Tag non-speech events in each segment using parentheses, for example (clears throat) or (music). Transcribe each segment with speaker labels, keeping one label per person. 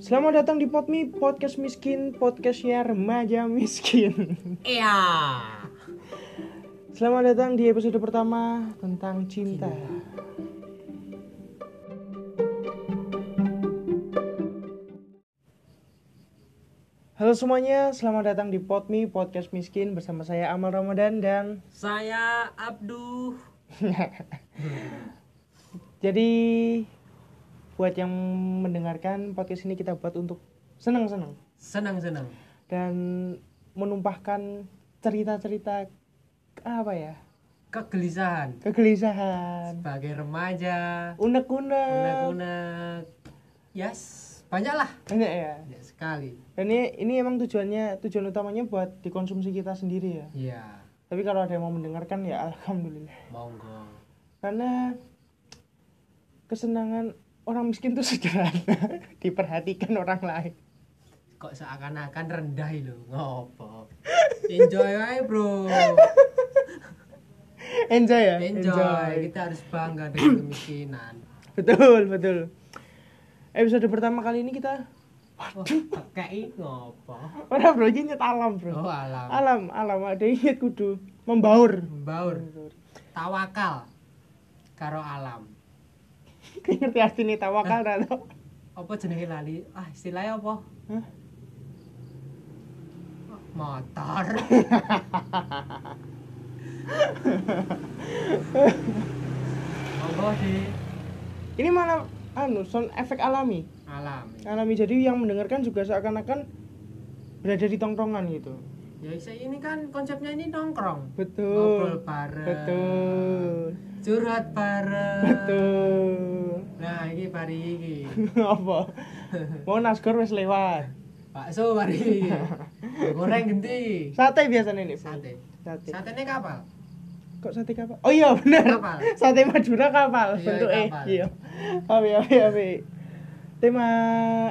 Speaker 1: Selamat datang di Podmi Podcast Miskin, podcastnya remaja miskin. (laughs)
Speaker 2: Iya.
Speaker 1: Selamat datang di episode pertama tentang cinta. Halo semuanya, selamat datang di Podmi Podcast Miskin bersama saya Amal Ramadan dan
Speaker 2: Saya Abduh.
Speaker 1: jadi buat yang mendengarkan podcast ini kita buat untuk senang-senang
Speaker 2: Senang-senang.
Speaker 1: dan menumpahkan cerita-cerita apa ya
Speaker 2: Kegelisahan
Speaker 1: kegelisahan
Speaker 2: sebagai remaja,
Speaker 1: unek-unek
Speaker 2: unek-unek. Yes, banyaklah.
Speaker 1: Enggak ya
Speaker 2: Banyak sekali.
Speaker 1: dan ini ini emang tujuannya tujuan utamanya buat dikonsumsi kita sendiri ya
Speaker 2: Iya,
Speaker 1: tapi kalau ada yang mau mendengarkan ya alhamdulillah
Speaker 2: monggo.
Speaker 1: karena kesenangan orang miskin itu (laughs) sederhana diperhatikan orang lain
Speaker 2: Kok seakan-akan rendah lho, ngopo. Enjoy aja, Bro.
Speaker 1: enjoy ya
Speaker 2: Enjoy. Kita harus bangga dengan kemiskinan.
Speaker 1: Betul, betul. Episode pertama kali ini kita (laughs)
Speaker 2: Wah, kayak ngopo.
Speaker 1: ora bro iki nyet alam,
Speaker 2: Oh,
Speaker 1: bro.
Speaker 2: alam.
Speaker 1: Alam, alam ada nyet kudu membaur.
Speaker 2: Baur. Tawakal. Karo alam.
Speaker 1: Kayak (laughs) ngerti artine tawakal ra to?
Speaker 2: apa jenenge lali ah istilahnya apa
Speaker 1: Hah?
Speaker 2: motor monggo di
Speaker 1: Ini malah anu sound efek alami.
Speaker 2: alam
Speaker 1: Alami jadi yang mendengarkan juga seakan-akan berada di tongkrongan gitu.
Speaker 2: ya saya ini kan konsepnya ini nongkrong ngobrol
Speaker 1: Betul.
Speaker 2: bareng
Speaker 1: Betul.
Speaker 2: curhat bareng
Speaker 1: Betul. (laughs)
Speaker 2: nah ini pari iki
Speaker 1: Apa? Mau naskor wis lewat.
Speaker 2: bakso pari
Speaker 1: (laughs)
Speaker 2: iki goreng genti
Speaker 1: Sate biasanya nih. Bro.
Speaker 2: sate
Speaker 1: Sate.
Speaker 2: sate ini
Speaker 1: (laughs)
Speaker 2: kapal
Speaker 1: Kok sate kapal? Oh iya bener.
Speaker 2: Kapal.
Speaker 1: (laughs) Sate Madura kapal
Speaker 2: Iya,
Speaker 1: bentuk eh
Speaker 2: kapal.
Speaker 1: iya. Api api api. Tema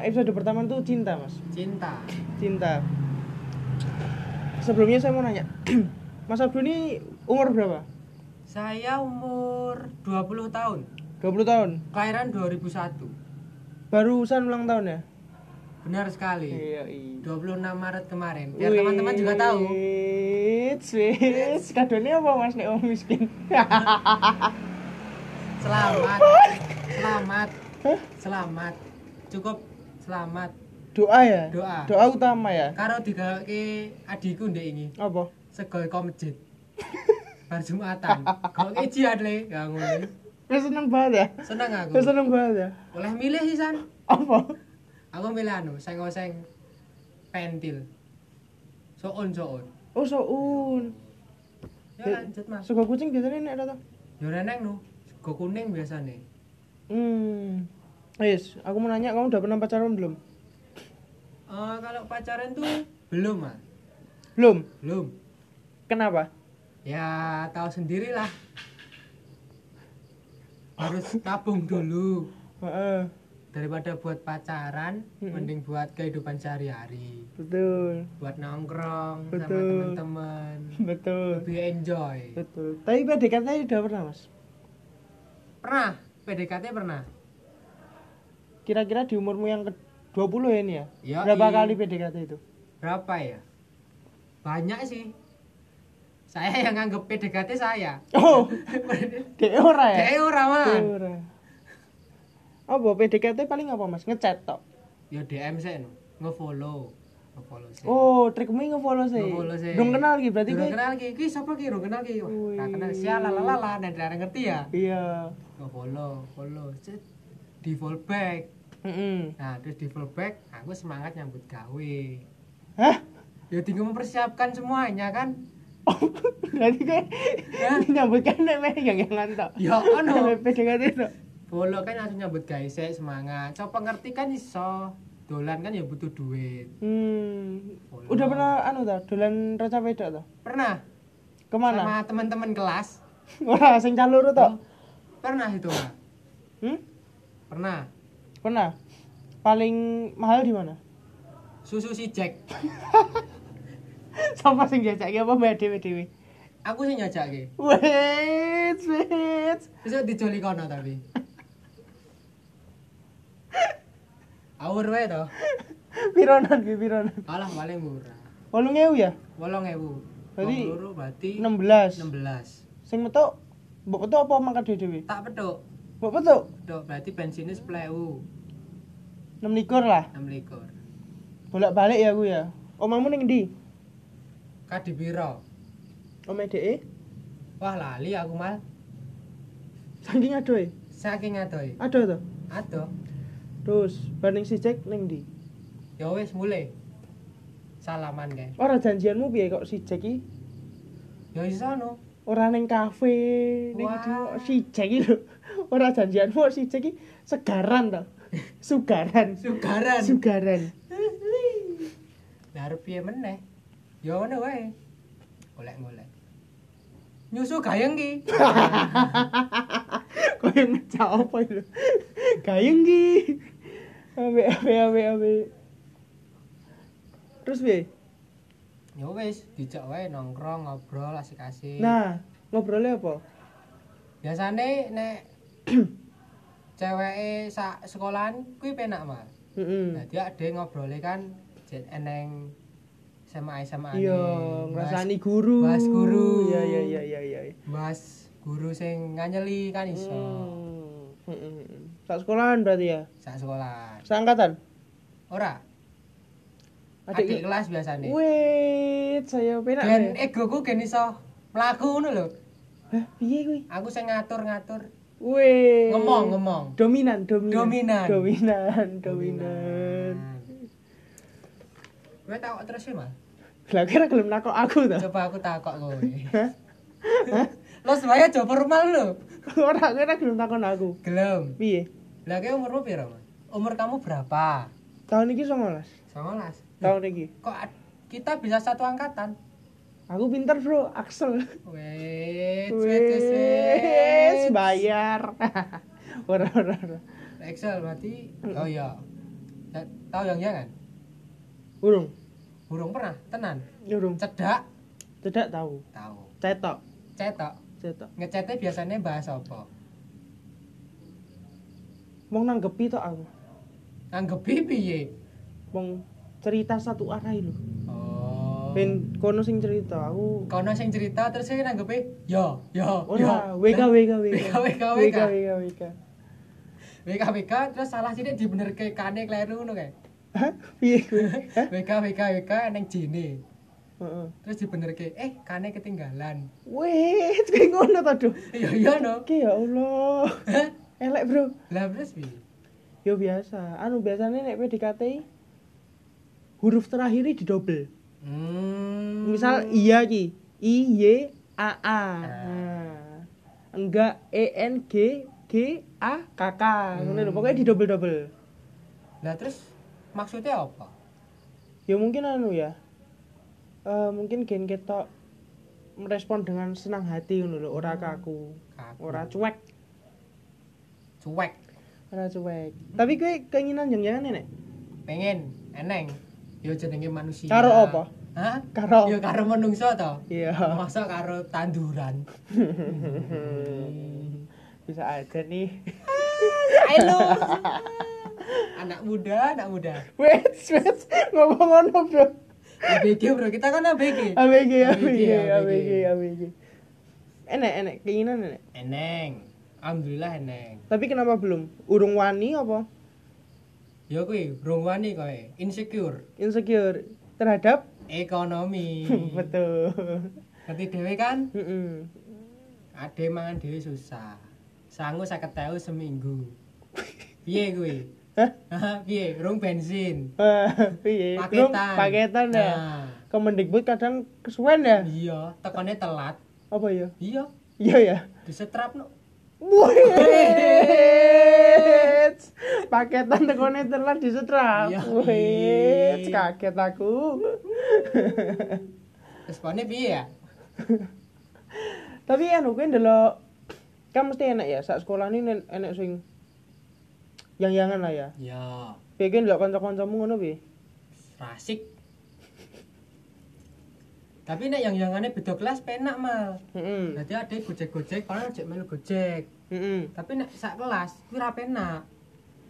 Speaker 1: episode pertama itu cinta, Mas.
Speaker 2: cinta
Speaker 1: Cinta. Sebelumnya saya mau nanya. (clears throat) Mas Abdu ini umur berapa?
Speaker 2: saya umur 20 tahun
Speaker 1: 20 tahun.
Speaker 2: kelahiran 2001
Speaker 1: Barusan ulang tahun ya?
Speaker 2: Benar sekali.
Speaker 1: Iya, iya.
Speaker 2: 26 Maret kemarin. Biar teman-teman juga tahu.
Speaker 1: Wis, kadonya apa Mas nek wong miskin?
Speaker 2: Ya. Selamat. Selamat. Selamat. Cukup selamat.
Speaker 1: (laughs) Doa ya?
Speaker 2: Doa.
Speaker 1: Doa utama ya?
Speaker 2: Karo digawake adikku ndek ini.
Speaker 1: Apa?
Speaker 2: Sego ke masjid. Bar Jumatan. Kok jiat le, ya ngono.
Speaker 1: Wis seneng banget ya?
Speaker 2: Seneng aku.
Speaker 1: Wis seneng banget ya?
Speaker 2: Oleh milih sih San.
Speaker 1: Apa?
Speaker 2: Aku milih anu, seng-seng pentil. Soun soun.
Speaker 1: Oh, soun.
Speaker 2: Ya lanjut Mas.
Speaker 1: Sego kucing biasanya nek rata.
Speaker 2: Yo reneng no. Sego kuning biasane.
Speaker 1: Hmm. Yes, aku mau nanya kamu udah pernah pacaran belum?
Speaker 2: Eh kalau pacaran tuh belum, Mas.
Speaker 1: Belum.
Speaker 2: Belum.
Speaker 1: Kenapa?
Speaker 2: Ya, tahu sendirilah.
Speaker 1: (laughs)
Speaker 2: Harus tabung dulu
Speaker 1: Heeh,
Speaker 2: daripada buat pacaran,
Speaker 1: Mm-mm.
Speaker 2: mending buat kehidupan sehari-hari.
Speaker 1: betul. (laughs)
Speaker 2: Buat nongkrong sama
Speaker 1: Betul.
Speaker 2: teman-teman,
Speaker 1: Betul.
Speaker 2: lebih enjoy.
Speaker 1: Betul. Tapi PDKT udah pernah, Mas?
Speaker 2: Pernah PDKT pernah?
Speaker 1: Kira-kira di umurmu yang ke 20 ya ini ya?
Speaker 2: Yoi.
Speaker 1: Berapa kali PDKT itu?
Speaker 2: iya. Berapa ya? Banyak sih. Saya yang nganggep PDKT
Speaker 1: (laughs)
Speaker 2: saya.
Speaker 1: Oh, de ora ya?
Speaker 2: Kayak ora,
Speaker 1: Dek
Speaker 2: Man.
Speaker 1: ora. Oh, Apa PDKT paling apa, Mas? Ngechat tok.
Speaker 2: Ya DM saya no. Nge-follow. Nge-follow sih.
Speaker 1: Oh, trikmu nge-follow sih.
Speaker 2: Nge-follow sih.
Speaker 1: Dong kenal iki berarti
Speaker 2: Durung
Speaker 1: kowe-
Speaker 2: kenal ki, ki sapa ki? Durung kenal ki. Wah,
Speaker 1: Wih.
Speaker 2: Ra kenal sial la la la la nek ora ngerti ya.
Speaker 1: Iya.
Speaker 2: Yo follow, follow. Cet. Di follow back.
Speaker 1: Heeh.
Speaker 2: Nah, terus di follow back, aku semangat nyambut gawe.
Speaker 1: Hah?
Speaker 2: Ya tinggal mempersiapkan semuanya kan.
Speaker 1: Oh, berarti kowe (laughs)
Speaker 2: Hah?
Speaker 1: nyambut kan nek meh yang yang tok.
Speaker 2: (laughs) Ya ono.
Speaker 1: PDKT tok.
Speaker 2: Follow kan langsung nyambut gawe sik semangat. Coba ngerti kan iso. Dolan kan ya butuh duit.
Speaker 1: Hmm. Udah pernah anu ta, dolan reca peda ta?
Speaker 2: Pernah
Speaker 1: Kemana? (laughs)
Speaker 2: sama teman-teman kelas.
Speaker 1: Wah, sing calur ta?
Speaker 2: Pernah itu, Mbak.
Speaker 1: Hmm?
Speaker 2: Pernah.
Speaker 1: Pernah. Paling mahal di mana? (laughs)
Speaker 2: Susu si Jack.
Speaker 1: Sapa sing jajake apa mbak dhewe-dhewe?
Speaker 2: Aku sih nyajak ki.
Speaker 1: Wait, wait.
Speaker 2: Besok dijoli kono tapi. Awur wae to.
Speaker 1: Pironan ki pironan.
Speaker 2: Kalah paling murah.
Speaker 1: 8000 ya?
Speaker 2: 8000.
Speaker 1: Berarti
Speaker 2: Wong loro berarti
Speaker 1: 16.
Speaker 2: 16.
Speaker 1: Sing metu mbok metu apa mangkat dhewe-dhewe?
Speaker 2: Tak petuk.
Speaker 1: Mbok metu
Speaker 2: Petuk berarti bensinnya 10.000.
Speaker 1: 26 lah.
Speaker 2: 6 likur.
Speaker 1: Bolak-balik ya aku ya. Omamu ning ndi?
Speaker 2: Kadi piro?
Speaker 1: Omah dhek e?
Speaker 2: Wah lali aku mal.
Speaker 1: saking adoe.
Speaker 2: Saking adoh.
Speaker 1: Adoh to.
Speaker 2: Adoh.
Speaker 1: Terus banding si Jack ning ndi?
Speaker 2: Ya wis mulai. Salaman kae.
Speaker 1: Ora janjianmu piye kok si Jack iki?
Speaker 2: Ya iso no.
Speaker 1: Ora ning kafe, ning di
Speaker 2: Wah.
Speaker 1: si Jack iki lho. (laughs) Ora janjianmu si Jack iki segaran to. Sugaran.
Speaker 2: Sugaran.
Speaker 1: Sugaran. (laughs)
Speaker 2: Lah arep piye meneh? Ya ngono wae. Golek-golek. Nyusu gayeng ki.
Speaker 1: Kaya ngecak apa itu? (laughs) Gayeng ki. Ambe ambe ambe ambe. Terus piye?
Speaker 2: Ya wis, dijak wae nongkrong, ngobrol asik-asik.
Speaker 1: Nah, ngobrolnya apa?
Speaker 2: biasane nek (clears throat) ceweke sak sekolahan kuwi penak mah.
Speaker 1: Heeh.
Speaker 2: Dadi ade ngobrole kan jet eneng SMA SMA
Speaker 1: Iya, ngrasani guru.
Speaker 2: bahas guru.
Speaker 1: Iya iya iya iya iya.
Speaker 2: Mas guru sing nganyeli kan iso.
Speaker 1: Hmm. Mm, mm, mm. Sak sekolahan berarti ya?
Speaker 2: Sak sekolahan.
Speaker 1: Seangkatan?
Speaker 2: Ora, adik,
Speaker 1: Adik,
Speaker 2: kelas biasane.
Speaker 1: Wait, saya penak.
Speaker 2: Ben
Speaker 1: ya?
Speaker 2: egoku gen iso mlaku ngono lho.
Speaker 1: Hah, piye kuwi?
Speaker 2: Aku sing ngatur-ngatur,
Speaker 1: Wait.
Speaker 2: ngomong-ngomong.
Speaker 1: Dominan, dominan.
Speaker 2: Dominan.
Speaker 1: Dominan, dominan.
Speaker 2: Kowe takok terus sih, Mal.
Speaker 1: Lah kira gelem nakok aku
Speaker 2: (laughs)
Speaker 1: ta?
Speaker 2: Coba aku takok kowe. Lo semuanya coba rumah lo.
Speaker 1: Ora kira gelem takon aku.
Speaker 2: Gelem.
Speaker 1: Piye?
Speaker 2: Lah kayak umurmu piro, Mas? Umur kamu berapa?
Speaker 1: Tahun iki 19.
Speaker 2: 19.
Speaker 1: Tahun iki.
Speaker 2: Kok ad- kita bisa satu angkatan?
Speaker 1: Aku pinter, Bro. Axel.
Speaker 2: Wait, wait, wait,
Speaker 1: Wes,
Speaker 2: wait.
Speaker 1: bayar. (laughs) Ora ora ora.
Speaker 2: Excel berarti oh iya. Ya, Tahu yang ya kan?
Speaker 1: Urung.
Speaker 2: Burung pernah, tenan.
Speaker 1: Urung.
Speaker 2: Cedak,
Speaker 1: Cedak tahu.
Speaker 2: tahu.
Speaker 1: Cetok.
Speaker 2: Cetok.
Speaker 1: Cetok.
Speaker 2: Ngecetnya biasanya bahas apa?
Speaker 1: Wong nanggepi tok aku.
Speaker 2: Nanggepi piye?
Speaker 1: Wong cerita satu arah lho.
Speaker 2: Oh.
Speaker 1: Ben kono sing cerita aku
Speaker 2: kono sing cerita terus saya nanggepi yo yo
Speaker 1: Ora,
Speaker 2: yo.
Speaker 1: Oh, WK
Speaker 2: Nah,
Speaker 1: WK
Speaker 2: WK WK
Speaker 1: WK
Speaker 2: WK
Speaker 1: WK WK.
Speaker 2: WK WK terus salah sithik dibenerke kane kleru ngono kae
Speaker 1: Hah? Piye kuwi? Hah?
Speaker 2: WK WK WK neng jene
Speaker 1: Heeh.
Speaker 2: terus dibenerke eh kane ketinggalan (laughs)
Speaker 1: Wes, kuwi ngono ta, Duh.
Speaker 2: iya iya no
Speaker 1: Oke ya Allah.
Speaker 2: Hah?
Speaker 1: Elek, Bro.
Speaker 2: lah terus piye
Speaker 1: Ya biasa. Anu biasanya nek PDKT huruf terakhir di double.
Speaker 2: hmm Ah.
Speaker 1: Misal iya ki, I Y A A. Nah. Enggak E N G G A K K. Ngono
Speaker 2: Hmm.
Speaker 1: lho, pokoknya di double-double.
Speaker 2: lah terus maksudnya apa
Speaker 1: Ya mungkin anu ya. Eh mungkin gen ketok merespon dengan senang hati ngono lho, ora kaku,
Speaker 2: Kaku.
Speaker 1: ora cuek,
Speaker 2: cuek
Speaker 1: ora cuek. Tapi kowe keinginan yang jangan nenek.
Speaker 2: pengen eneng yo jenenge manusia
Speaker 1: Karo apa?
Speaker 2: Hah?
Speaker 1: Karo-
Speaker 2: yo karo menungso to
Speaker 1: Iya.
Speaker 2: masa karo tanduran
Speaker 1: (laughs) Bisa aja nih. (laughs)
Speaker 2: Halo. anak muda, anak muda.
Speaker 1: Wait, wait, ngomong ngono bro.
Speaker 2: ABG bro, kita kan
Speaker 1: ABG,
Speaker 2: ABG.
Speaker 1: ABG,
Speaker 2: ABG,
Speaker 1: ABG, Iya, ABG. Enak, enak, keinginan enak.
Speaker 2: Eneng. Alhamdulillah eneng.
Speaker 1: Tapi kenapa belum? Urung wani apa?
Speaker 2: Ya kuwi brung wani kowe, insecure
Speaker 1: Insecure terhadap?
Speaker 2: ekonomi.
Speaker 1: Hmm. (laughs) Betul.
Speaker 2: Ngerti dhewe kan?
Speaker 1: Mm-mm.
Speaker 2: Ade mangan dhewe susah. Sangu 50.000 seminggu. Piye kuwi?
Speaker 1: Hah?
Speaker 2: Hah, piye? Rung bensin.
Speaker 1: Wah, Piye? Belum
Speaker 2: Paketan.
Speaker 1: paketan ya.
Speaker 2: Nah,
Speaker 1: Kemendikbud kadang kesuwen ya.
Speaker 2: Iya, tekone telat.
Speaker 1: Apa ya?
Speaker 2: Iya,
Speaker 1: Iya ya.
Speaker 2: disetrapno.
Speaker 1: Wih. Paketan tekone telat disetrap.
Speaker 2: Iya.
Speaker 1: Wih, kaget aku.
Speaker 2: Responnya piye ya?
Speaker 1: Tapi anu kuwi ndelok kan mesti enak ya saat sekolah ini nen- enak swing yang-yangan lah ya.
Speaker 2: Ya,
Speaker 1: Bikin ndelok kanca-kancamu ngono piye?
Speaker 2: Rasik. Tapi nek yang yangane beda kelas penak mal.
Speaker 1: Heeh.
Speaker 2: Dadi ade gojek-gojek, kono cek melu gojek.
Speaker 1: Heeh.
Speaker 2: Tapi nek sak kelas kuwi ra penak.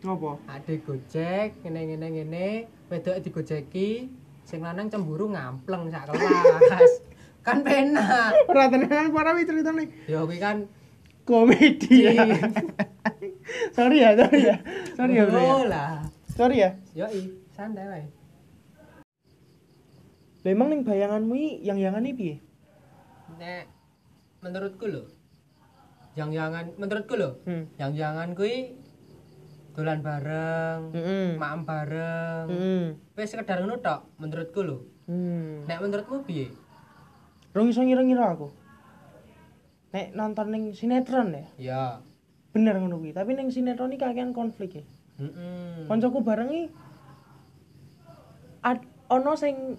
Speaker 1: Ngopo?
Speaker 2: Ade gojek, ngene ngene ngene, wedok digojeki, sing lanang cemburu ngampleng sak (laughs) kelas. kan penak.
Speaker 1: Ora tenan para wi ceritane.
Speaker 2: Ya kuwi kan
Speaker 1: Komedi. ya. (laughs) sorry ya, sorry ya. Sorry ya, Bro. ya.
Speaker 2: Oh lah.
Speaker 1: Sorry ya.
Speaker 2: Yoi, santai wae.
Speaker 1: Lah emang ning bayanganmu i, yang-yangan iki piye?
Speaker 2: Nek menurutku lho. Yang-yangan menurutku lho.
Speaker 1: Hmm.
Speaker 2: Yang-yangan kuwi dolan bareng,
Speaker 1: Heeh.
Speaker 2: maem bareng.
Speaker 1: Heeh.
Speaker 2: Wis sekedar ngono tok menurutku lho.
Speaker 1: Hmm.
Speaker 2: Nek menurutmu piye?
Speaker 1: Rong iso ngira-ngira aku. Nek nonton ning sinetron ya.
Speaker 2: Ya.
Speaker 1: Bener ngono kuwi, tapi ning sinetron iki kakean konflik ya.
Speaker 2: Hmm. Heeh.
Speaker 1: Koncoku bareng iki ad- ono sing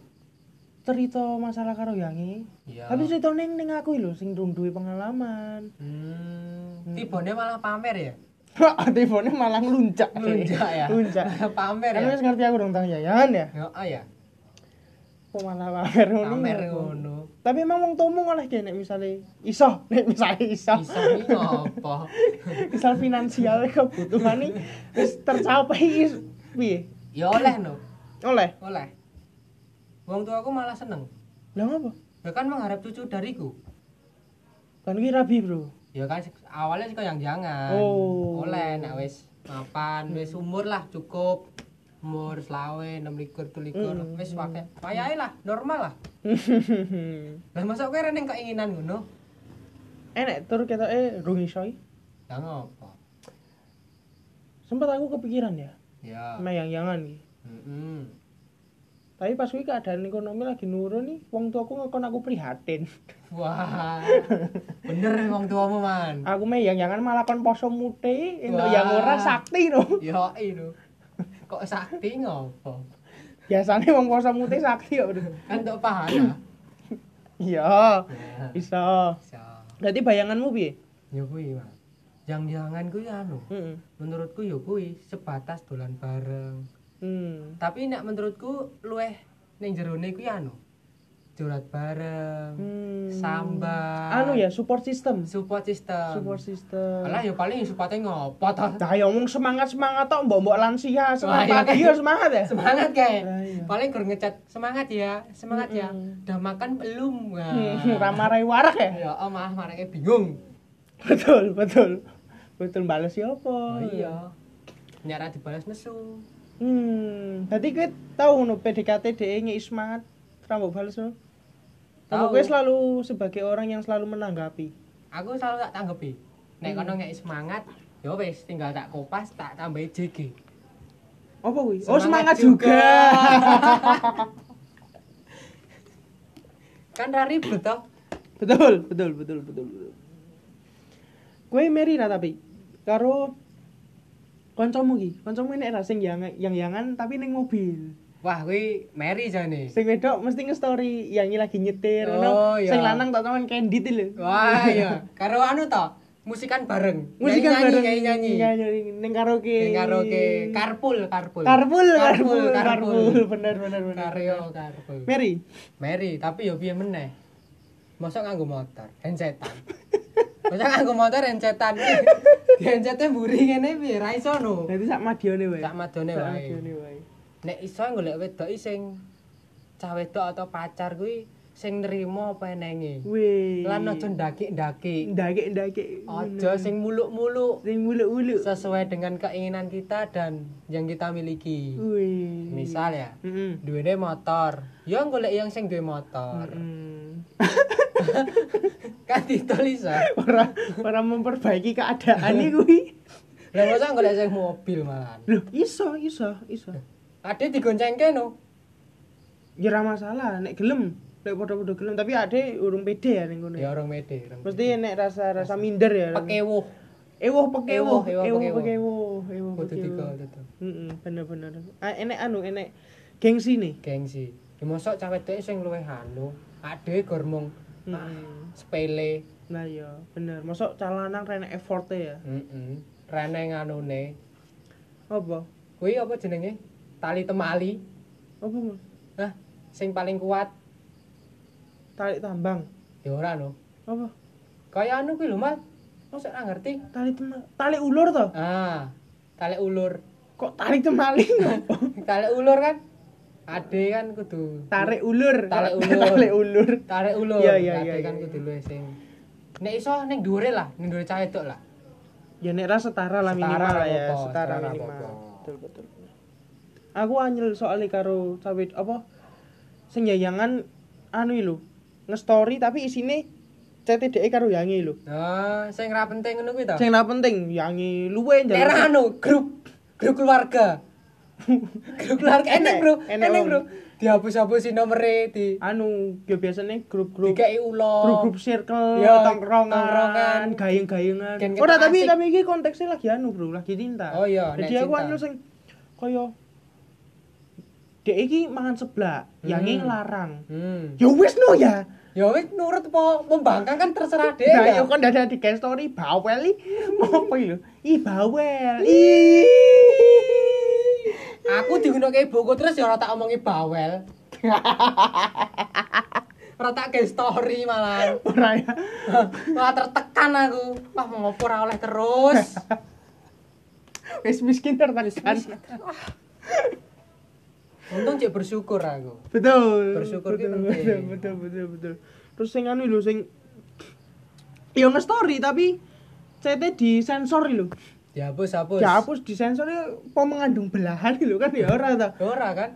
Speaker 1: cerita masalah karo yangi.
Speaker 2: Ya.
Speaker 1: Tapi cerita ning ning aku iki lho sing rung duwe pengalaman. (laughs)
Speaker 2: Hmm, tibone malah pamer ya?
Speaker 1: Teleponnya malah ngelunjak
Speaker 2: Lunjak ya?
Speaker 1: Lunjak.
Speaker 2: Malah (laughs) pamer
Speaker 1: Kan
Speaker 2: ya?
Speaker 1: wis ngerti aku dong tang yayan ya.
Speaker 2: Ya, ah ya.
Speaker 1: Kok malah pamer ngono.
Speaker 2: Pamer ngono.
Speaker 1: Tapi emang wong tumu ngolah ge nek misale iso, (laughs) nek misale iso.
Speaker 2: Iso iki ngopo?
Speaker 1: Misal finansial kebutuhan wis tercapai is- piye?
Speaker 2: Ya oleh no.
Speaker 1: Oleh.
Speaker 2: Oleh. Wong tuaku malah seneng.
Speaker 1: Lah ngapa?
Speaker 2: Ya kan mengharap cucu dariku.
Speaker 1: Kan iki rabi, Bro. (laughs)
Speaker 2: Ya kan se- awalnya sih kok yang jangan.
Speaker 1: Oh.
Speaker 2: Oleh nek wis mapan, wis umur lah cukup. Umur selawe, 6 likur, 7 likur. Wis pakai. Wayahe lah, normal lah. Lah masa kowe rene keinginan ngono?
Speaker 1: Enek tur ketoke rung iso. i.
Speaker 2: Lah ngopo?
Speaker 1: Sempet aku kepikiran ya,
Speaker 2: Ya.
Speaker 1: mayang-yangan iki.
Speaker 2: Heeh.
Speaker 1: Tapi pas kuwi keadaan ekonomi lagi nurun nih, wong tuaku ngekon aku prihatin.
Speaker 2: Wah, bener wong tuamu man.
Speaker 1: Aku meh yang jangan malah kon poso mute untuk
Speaker 2: Wah.
Speaker 1: yang ora sakti no.
Speaker 2: Yo itu. Kok sakti ngopo?
Speaker 1: Biasanya wong poso mute sakti ya, Bro.
Speaker 2: Kan tok pahana.
Speaker 1: Iya,
Speaker 2: Ya,
Speaker 1: bisa.
Speaker 2: Bisa.
Speaker 1: Berarti bayanganmu piye?
Speaker 2: Yo kuwi, Mas. Jangan-jangan kuwi anu.
Speaker 1: Heeh.
Speaker 2: Menurutku yo kuwi sebatas dolan bareng.
Speaker 1: Hmm.
Speaker 2: Tapi nek menurutku luweh ning jerone kuwi anu. Curhat bareng,
Speaker 1: Hmm.
Speaker 2: sambar.
Speaker 1: Anu ya, support system.
Speaker 2: support system.
Speaker 1: Support system.
Speaker 2: Alah iya. yo paling supportnya ngopo toh. (laughs)
Speaker 1: Dah ya ngomong semangat-semangat tok mbok-mbok lansia
Speaker 2: Wah, iya
Speaker 1: senang pagi ya semangat ya.
Speaker 2: semangat kayak
Speaker 1: Ah, iya.
Speaker 2: paling gur ngecat semangat ya semangat ya
Speaker 1: Mm-mm.
Speaker 2: udah makan belum Wah.
Speaker 1: Hmm, Ramarai warak ya.
Speaker 2: ya oh malah marahnya bingung
Speaker 1: Betul, betul. Betul bales ya apa?
Speaker 2: oh iya nyara dibalas nesu
Speaker 1: Hmm, berarti kowe tau ngono PDKT DE ngei E semangat rambut bales no? Tapi
Speaker 2: Tau.
Speaker 1: kowe selalu sebagai orang yang selalu menanggapi.
Speaker 2: aku selalu tak tanggepi
Speaker 1: Mm.
Speaker 2: nek kono ngeki semangat ya wis tinggal tak kopas tak tambahi JG
Speaker 1: Apa kuwi? Oh, semangat juga.
Speaker 2: (laughs) kan ra ribet toh
Speaker 1: betul, betul, betul, betul, betul. Kowe meri ra tapi karo kancamu ki. Kancamu nek ra sing yang yang yangan tapi ning mobil.
Speaker 2: wah kuwi Mary jane
Speaker 1: Sing wedok mesti nge-story yang lagi nyetir
Speaker 2: Oh,
Speaker 1: ngono.
Speaker 2: iya.
Speaker 1: Sing lanang tak taman candid lho. (laughs)
Speaker 2: wah iya karo anu toh musikan bareng
Speaker 1: Musikan bareng
Speaker 2: nyanyi nyanyi
Speaker 1: ning karaoke.
Speaker 2: Yang karaoke karpool karpool
Speaker 1: Karpul,
Speaker 2: karpool
Speaker 1: karpul,
Speaker 2: karpool
Speaker 1: karpul, bener bener bener.
Speaker 2: Karyo karpool
Speaker 1: Mary,
Speaker 2: Mary, tapi yo piye meneh? Mosok nganggo motor, hencetan. Mosok nganggo motor (laughs) hencetan. Hencete mburi ngene piye ra iso no.
Speaker 1: berarti sak madione wae.
Speaker 2: Tak madone
Speaker 1: Sak
Speaker 2: wae.
Speaker 1: madione wae.
Speaker 2: Nek iso golek wedoki sing cah wedok atau pacar kuwi sing nerima apa enenge.
Speaker 1: Wih.
Speaker 2: Lan aja ndaki-ndaki.
Speaker 1: ndake ndake.
Speaker 2: Aja sing muluk-muluk
Speaker 1: sing ulu-ulu.
Speaker 2: sesuai dengan keinginan kita dan yang kita miliki.
Speaker 1: Wih.
Speaker 2: Misal ya,
Speaker 1: Heeh.
Speaker 2: duwene motor. Yo golek yang sing duwe motor.
Speaker 1: Mm.
Speaker 2: Kan ditulis ah.
Speaker 1: Orang orang memperbaiki keadaan iki kuwi.
Speaker 2: Lah masa golek sing mobil malahan.
Speaker 1: Loh, iso, iso, iso.
Speaker 2: Ade digoncengke no.
Speaker 1: Ya ora masalah nek gelem, nek padha-padha gelem tapi ade urung pede ya ning kono.
Speaker 2: Ya orang mede, orang.
Speaker 1: Mesti nek rasa-rasa minder ya.
Speaker 2: Pekewuh.
Speaker 1: Ewoh pekewoh,
Speaker 2: Ewoh, ewoh,
Speaker 1: ewoh
Speaker 2: pekewoh.
Speaker 1: pekewoh, ewoh
Speaker 2: Kudu
Speaker 1: pekewoh.
Speaker 2: tiga tetep.
Speaker 1: Heeh, bener-bener. Ah, enek anu, enek gengsi nih.
Speaker 2: Gengsi. Ya mosok cah wedok sing luwih anu. Ade gor mung
Speaker 1: Heeh.
Speaker 2: sepele.
Speaker 1: Nah ya, bener. Mosok calanang rene effort ya.
Speaker 2: Heeh. Rene nganune.
Speaker 1: Apa?
Speaker 2: Kuwi apa jenenge? Tali temali.
Speaker 1: Apa? Mas?
Speaker 2: Hah, sing paling kuat.
Speaker 1: Tarik tambang.
Speaker 2: Ya ora no.
Speaker 1: Apa?
Speaker 2: Kaya anu kuwi lho, Mas. Mosok ra ngerti.
Speaker 1: Tali tema- tali ulur toh?
Speaker 2: Ah, tali ulur.
Speaker 1: kok tarik cemali ngopo
Speaker 2: (laughs) Tarik ulur kan? Ade kan kudu
Speaker 1: tarik ulur (laughs)
Speaker 2: Tarik ulur.
Speaker 1: tarik ulur
Speaker 2: tarik ulur.
Speaker 1: Iya, iya,
Speaker 2: Ade
Speaker 1: iya,
Speaker 2: kan
Speaker 1: iya,
Speaker 2: kudu luwih sing. Nek iso ning dhuwure lah, ning dhuwure cah edok lah.
Speaker 1: ya nek ra setara lah
Speaker 2: Setara
Speaker 1: minimal lah
Speaker 2: lah
Speaker 1: ya
Speaker 2: apa,
Speaker 1: setara
Speaker 2: setara
Speaker 1: minimal
Speaker 2: apa.
Speaker 1: betul betul aku anyel soalnya karo cawit apa sing yayangan anu lho nge-story tapi isine CTDE karo yangi lho
Speaker 2: Nah, sing ra penting ngono kuwi to.
Speaker 1: sing ra penting yangi luwe
Speaker 2: Era anu grup grup
Speaker 1: (laughs)
Speaker 2: keluarga. grup keluarga enek,
Speaker 1: Enek,
Speaker 2: Bro.
Speaker 1: enek,
Speaker 2: Enek,
Speaker 1: Om.
Speaker 2: Bro. Dihapus-hapusin nomere di
Speaker 1: anu ya biasanya grup-grup
Speaker 2: dikei ulo.
Speaker 1: grup-grup circle
Speaker 2: Oh. Iya, tongkrongan.
Speaker 1: tongkrongan gayeng-gayengan
Speaker 2: Gen
Speaker 1: ora tapi
Speaker 2: asik.
Speaker 1: tapi iki konteksnya lagi anu bro lagi cinta
Speaker 2: Oh iya, nek
Speaker 1: jadi aku
Speaker 2: cinta.
Speaker 1: anu sing kaya dek iki mangan seblak yang
Speaker 2: Hmm.
Speaker 1: larang
Speaker 2: Hmm.
Speaker 1: ya wis no ya
Speaker 2: Ya wis nurut po membangkang kan terserah deh.
Speaker 1: nah
Speaker 2: ya.
Speaker 1: ya kan dadah di guys story bawel i
Speaker 2: Hmm.
Speaker 1: apa iki lho i bawel i
Speaker 2: Aku digunokke bogo terus ya ora tak omongi bawel. (laughs) ora tak ge
Speaker 1: (laughs)
Speaker 2: story malah.
Speaker 1: ora ya
Speaker 2: Wah tertekan aku. Wah mau ngopo ora oleh
Speaker 1: (laughs)
Speaker 2: terus.
Speaker 1: wis miskin tertekan
Speaker 2: Untung cek bersyukur aku.
Speaker 1: betul
Speaker 2: Bersyukur ki
Speaker 1: betul,
Speaker 2: penting.
Speaker 1: betul, betul betul betul terus sing anu lho sing ya nge-story tapi CT di sensor lho
Speaker 2: Dihapus hapus.
Speaker 1: dihapus di sensor po mengandung belahan lho kan ya ora ta
Speaker 2: Ora kan?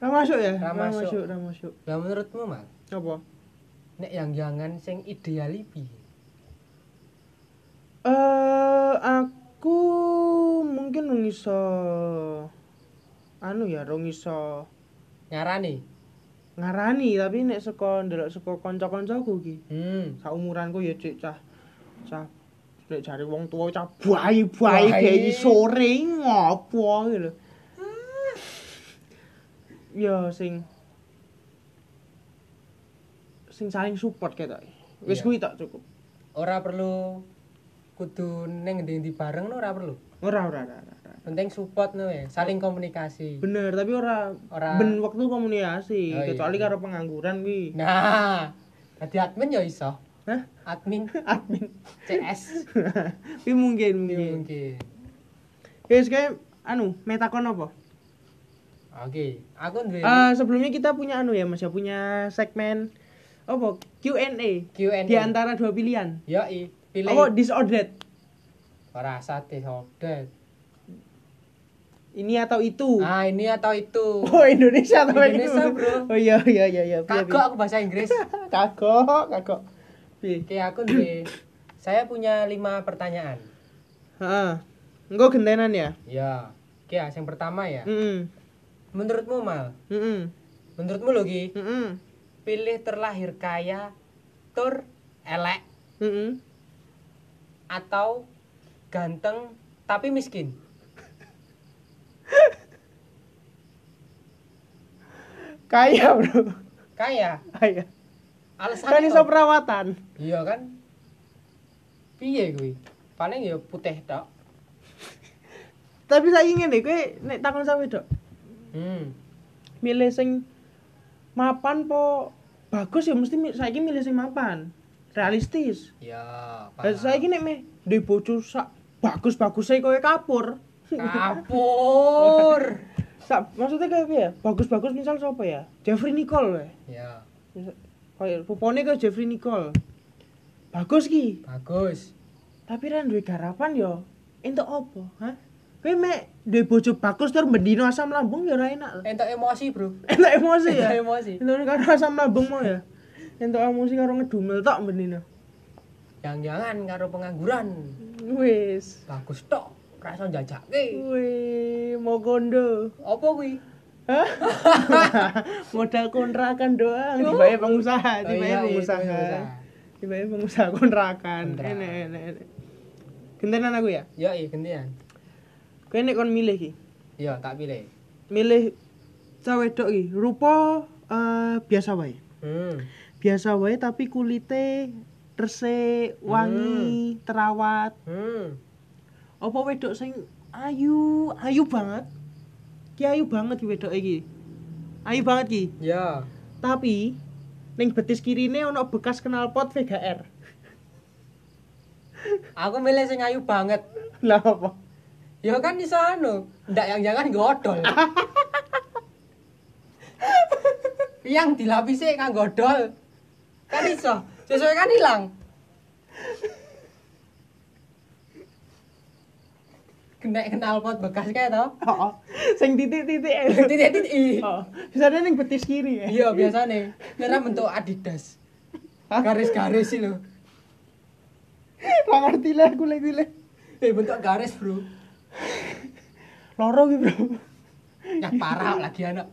Speaker 1: ra masuk ya
Speaker 2: Ra masuk.
Speaker 1: ra masuk
Speaker 2: Lah menurutmu, Mal,
Speaker 1: apa
Speaker 2: nek yang jangan sing ideal iki.
Speaker 1: eh aku mungkin rung iso anu ya rung iso
Speaker 2: Ngarani.
Speaker 1: ngarani tapi nek saka ndelok saka kanca-kancaku ki
Speaker 2: Hmm.
Speaker 1: saumuranku ya cek cah cah nek jare wong tuwa cah bayi-bayi
Speaker 2: Bayi.
Speaker 1: gei sore ngopo iki lho.
Speaker 2: Hmm.
Speaker 1: Ya sing sing saling support ketok. Wis
Speaker 2: Iya.
Speaker 1: kuwi tak cukup.
Speaker 2: Ora perlu kudu ning ngendi-endi bareng no ora perlu.
Speaker 1: Ora ora ora. ora, ora.
Speaker 2: Penting support no ya, saling komunikasi.
Speaker 1: Bener, tapi ora,
Speaker 2: Ora-
Speaker 1: ben waktu komunikasi,
Speaker 2: Oh, iya,
Speaker 1: kecuali
Speaker 2: iya.
Speaker 1: karo pengangguran kuwi.
Speaker 2: Nah, jadi admin ya iso.
Speaker 1: (laughs) Hah?
Speaker 2: Admin
Speaker 1: Admin. (laughs) Iya.
Speaker 2: CS
Speaker 1: Tapi mungkin mungkin.
Speaker 2: mungkin.
Speaker 1: Wis kayak anu, metakon apa?
Speaker 2: Oke, aku duwe
Speaker 1: Eh, sebelumnya kita punya anu ya Mas ya punya segmen apa Q&A
Speaker 2: Q&A.
Speaker 1: di antara dua pilihan.
Speaker 2: Yoi, pilih.
Speaker 1: Apa disordered?
Speaker 2: Ora sate sodet.
Speaker 1: Ini atau itu?
Speaker 2: Ah, ini atau
Speaker 1: Uh.
Speaker 2: itu.
Speaker 1: (laughs) Oh Indonesia atau yang
Speaker 2: Indonesia,
Speaker 1: itu?
Speaker 2: bro.
Speaker 1: Oh iya iya iya iya. Piye,
Speaker 2: Kagok aku bahasa
Speaker 1: (laughs)
Speaker 2: Inggris.
Speaker 1: piye? Kagok, kagok. Piye?
Speaker 2: Oke, aku duwe saya punya lima pertanyaan.
Speaker 1: Heeh. Engko gentenan ya?
Speaker 2: Ya. Oke, yang pertama ya.
Speaker 1: Heeh.
Speaker 2: Menurutmu Mal,
Speaker 1: Heeh.
Speaker 2: menurutmu Logi,
Speaker 1: Heeh.
Speaker 2: pilih terlahir kaya tur elek
Speaker 1: Heeh.
Speaker 2: atau ganteng tapi miskin?
Speaker 1: Kaya, Bro.
Speaker 2: Kaya,
Speaker 1: Kaya.
Speaker 2: alasan
Speaker 1: Kan iso perawatan.
Speaker 2: Iya kan? Piye kuwi? Paling ya putih tok.
Speaker 1: Tapi saya ingin deh, kowe nek takon sampe dok.
Speaker 2: Hmm.
Speaker 1: milih sing mapan po bagus ya mesti mi- saiki milih sing mapan realistis
Speaker 2: Ya,
Speaker 1: dan saiki nek meh duwe bojo sak bagus-bagus e koyo kapur
Speaker 2: kapur.
Speaker 1: (laughs) sak maksudnya kayak piye ya? bagus-bagus misal sapa ya Jeffrey Nicole we
Speaker 2: ya,
Speaker 1: Misal- koyo popone ke Jeffrey Nicole bagus ki
Speaker 2: bagus.
Speaker 1: tapi ra duwe garapan yo entuk opo ha kowe mek duwe bojo bagus terus bendino asam lambung ya ora enak
Speaker 2: Entuk emosi, Bro.
Speaker 1: enak emosi ya
Speaker 2: Entuk Eh, (laughs) emosi.
Speaker 1: Entuk karo asam lambung mau ya. Entuk emosi karo ngedumel tok benina.
Speaker 2: Jangan-jangan karo pengangguran.
Speaker 1: Wis.
Speaker 2: Bagus tok. Ra iso njajake.
Speaker 1: Wih, mau kondo.
Speaker 2: Apa kuwi? (laughs)
Speaker 1: Hah? Modal kontrakan doang,
Speaker 2: Oh.
Speaker 1: dibayar pengusaha,
Speaker 2: Oh iya,
Speaker 1: dibayar
Speaker 2: iya,
Speaker 1: pengusaha.
Speaker 2: pengusaha.
Speaker 1: Dibayar pengusaha kontrakan.
Speaker 2: Kontrak.
Speaker 1: Enak, enak, enak. Gentenan aku ya.
Speaker 2: Ya, iya gantian.
Speaker 1: Kowe nek kon milih ki.
Speaker 2: Ya, tak pilih.
Speaker 1: Milih cah wedok ki, rupa eh, biasa wae.
Speaker 2: Hmm.
Speaker 1: Biasa wae tapi kulite resik, wangi, terawat.
Speaker 2: Hmm.
Speaker 1: apa wedok sing ayu ayu banget ki ayu banget ki wedok iki ayu banget ki
Speaker 2: Ya.
Speaker 1: tapi ning betis kirine ono bekas knalpot Vega R (laughs)
Speaker 2: Aku milih sing ayu banget.
Speaker 1: lah apa
Speaker 2: Ya kan di sana. Ndak yang jangan godol. Yang dilapisi kan godol. Kan iso. Sesuai kan hilang. Kena kenal pot bekas kayak toh.
Speaker 1: Heeh. (laughs) Sing titik-titik. eh.
Speaker 2: (laughs) Titik-titik i.
Speaker 1: Heeh. Biasanya ning betis kiri ya.
Speaker 2: Iya biasanya. Merah bentuk Adidas.
Speaker 1: Hah? (laughs)
Speaker 2: Garis-garis sih lo.
Speaker 1: Ra ngerti lah aku lagi lek.
Speaker 2: Eh bentuk garis bro.
Speaker 1: Loro ki, Bro.
Speaker 2: Nah parah lagi anak.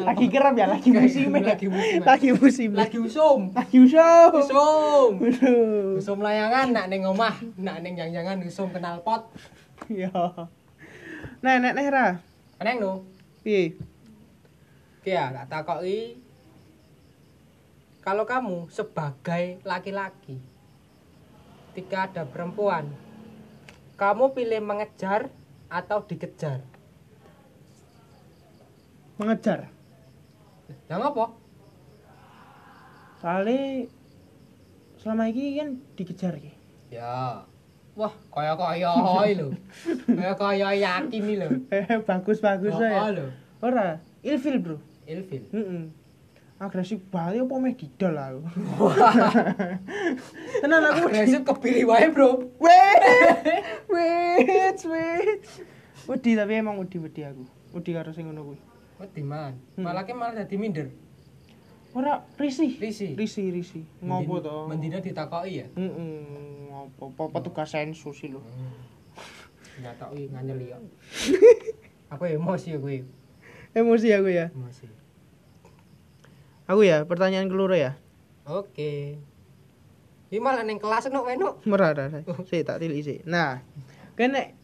Speaker 1: Lagi kerap ya, lagi musim ya.
Speaker 2: Lagi musim.
Speaker 1: Lagi musim.
Speaker 2: Lagi usum.
Speaker 1: Lagi usah.
Speaker 2: Usum.
Speaker 1: Aduh.
Speaker 2: Usum layangan nak ning omah, nak ning jangan-jangan usum kenal pot.
Speaker 1: Ya. Nah, nek nek ra.
Speaker 2: Neng no.
Speaker 1: Piye?
Speaker 2: Ki ya tak takoki. Kalau kamu sebagai laki-laki ketika ada perempuan, kamu pilih mengejar atau dikejar?
Speaker 1: Mengejar.
Speaker 2: Yang apa?
Speaker 1: Soale selama ini kan dikejar ki.
Speaker 2: Ya. Wah, kaya-kaya hoi (laughs) lho. Kaya-kaya yakin nih lho.
Speaker 1: Eh, bagus bagus
Speaker 2: Oh,
Speaker 1: ya. ah,
Speaker 2: lho.
Speaker 1: Ora, ilfil, Bro.
Speaker 2: Ilfil.
Speaker 1: Heeh. Agresif banget apa meh didol (laughs) aku. Tenan aku.
Speaker 2: Agresif kepilih wae, Bro.
Speaker 1: Wait, wait, wait. Wedi tapi emang wedi wedi aku. Wedi karo sing ngono kuwi.
Speaker 2: Wedi man.
Speaker 1: Hmm.
Speaker 2: Malah ki malah dadi minder.
Speaker 1: Ora risih.
Speaker 2: Risih.
Speaker 1: Risih, risih. Ngopo
Speaker 2: Mendina-
Speaker 1: to?
Speaker 2: Mendina ditakoki ya.
Speaker 1: Heeh. Ngopo apa petugas sensus sih lho.
Speaker 2: Hmm. Ditakoki nganyeli kok. (laughs) Aku emosi ya gue.
Speaker 1: Emosi aku ya.
Speaker 2: Emosi.
Speaker 1: Aku ya, pertanyaan keloro ya.
Speaker 2: Oke. Ini malah neng kelas nuk wenuk.
Speaker 1: (laughs) Merah, merah.
Speaker 2: Oh.
Speaker 1: Sik tak tilik sik. Nah, kene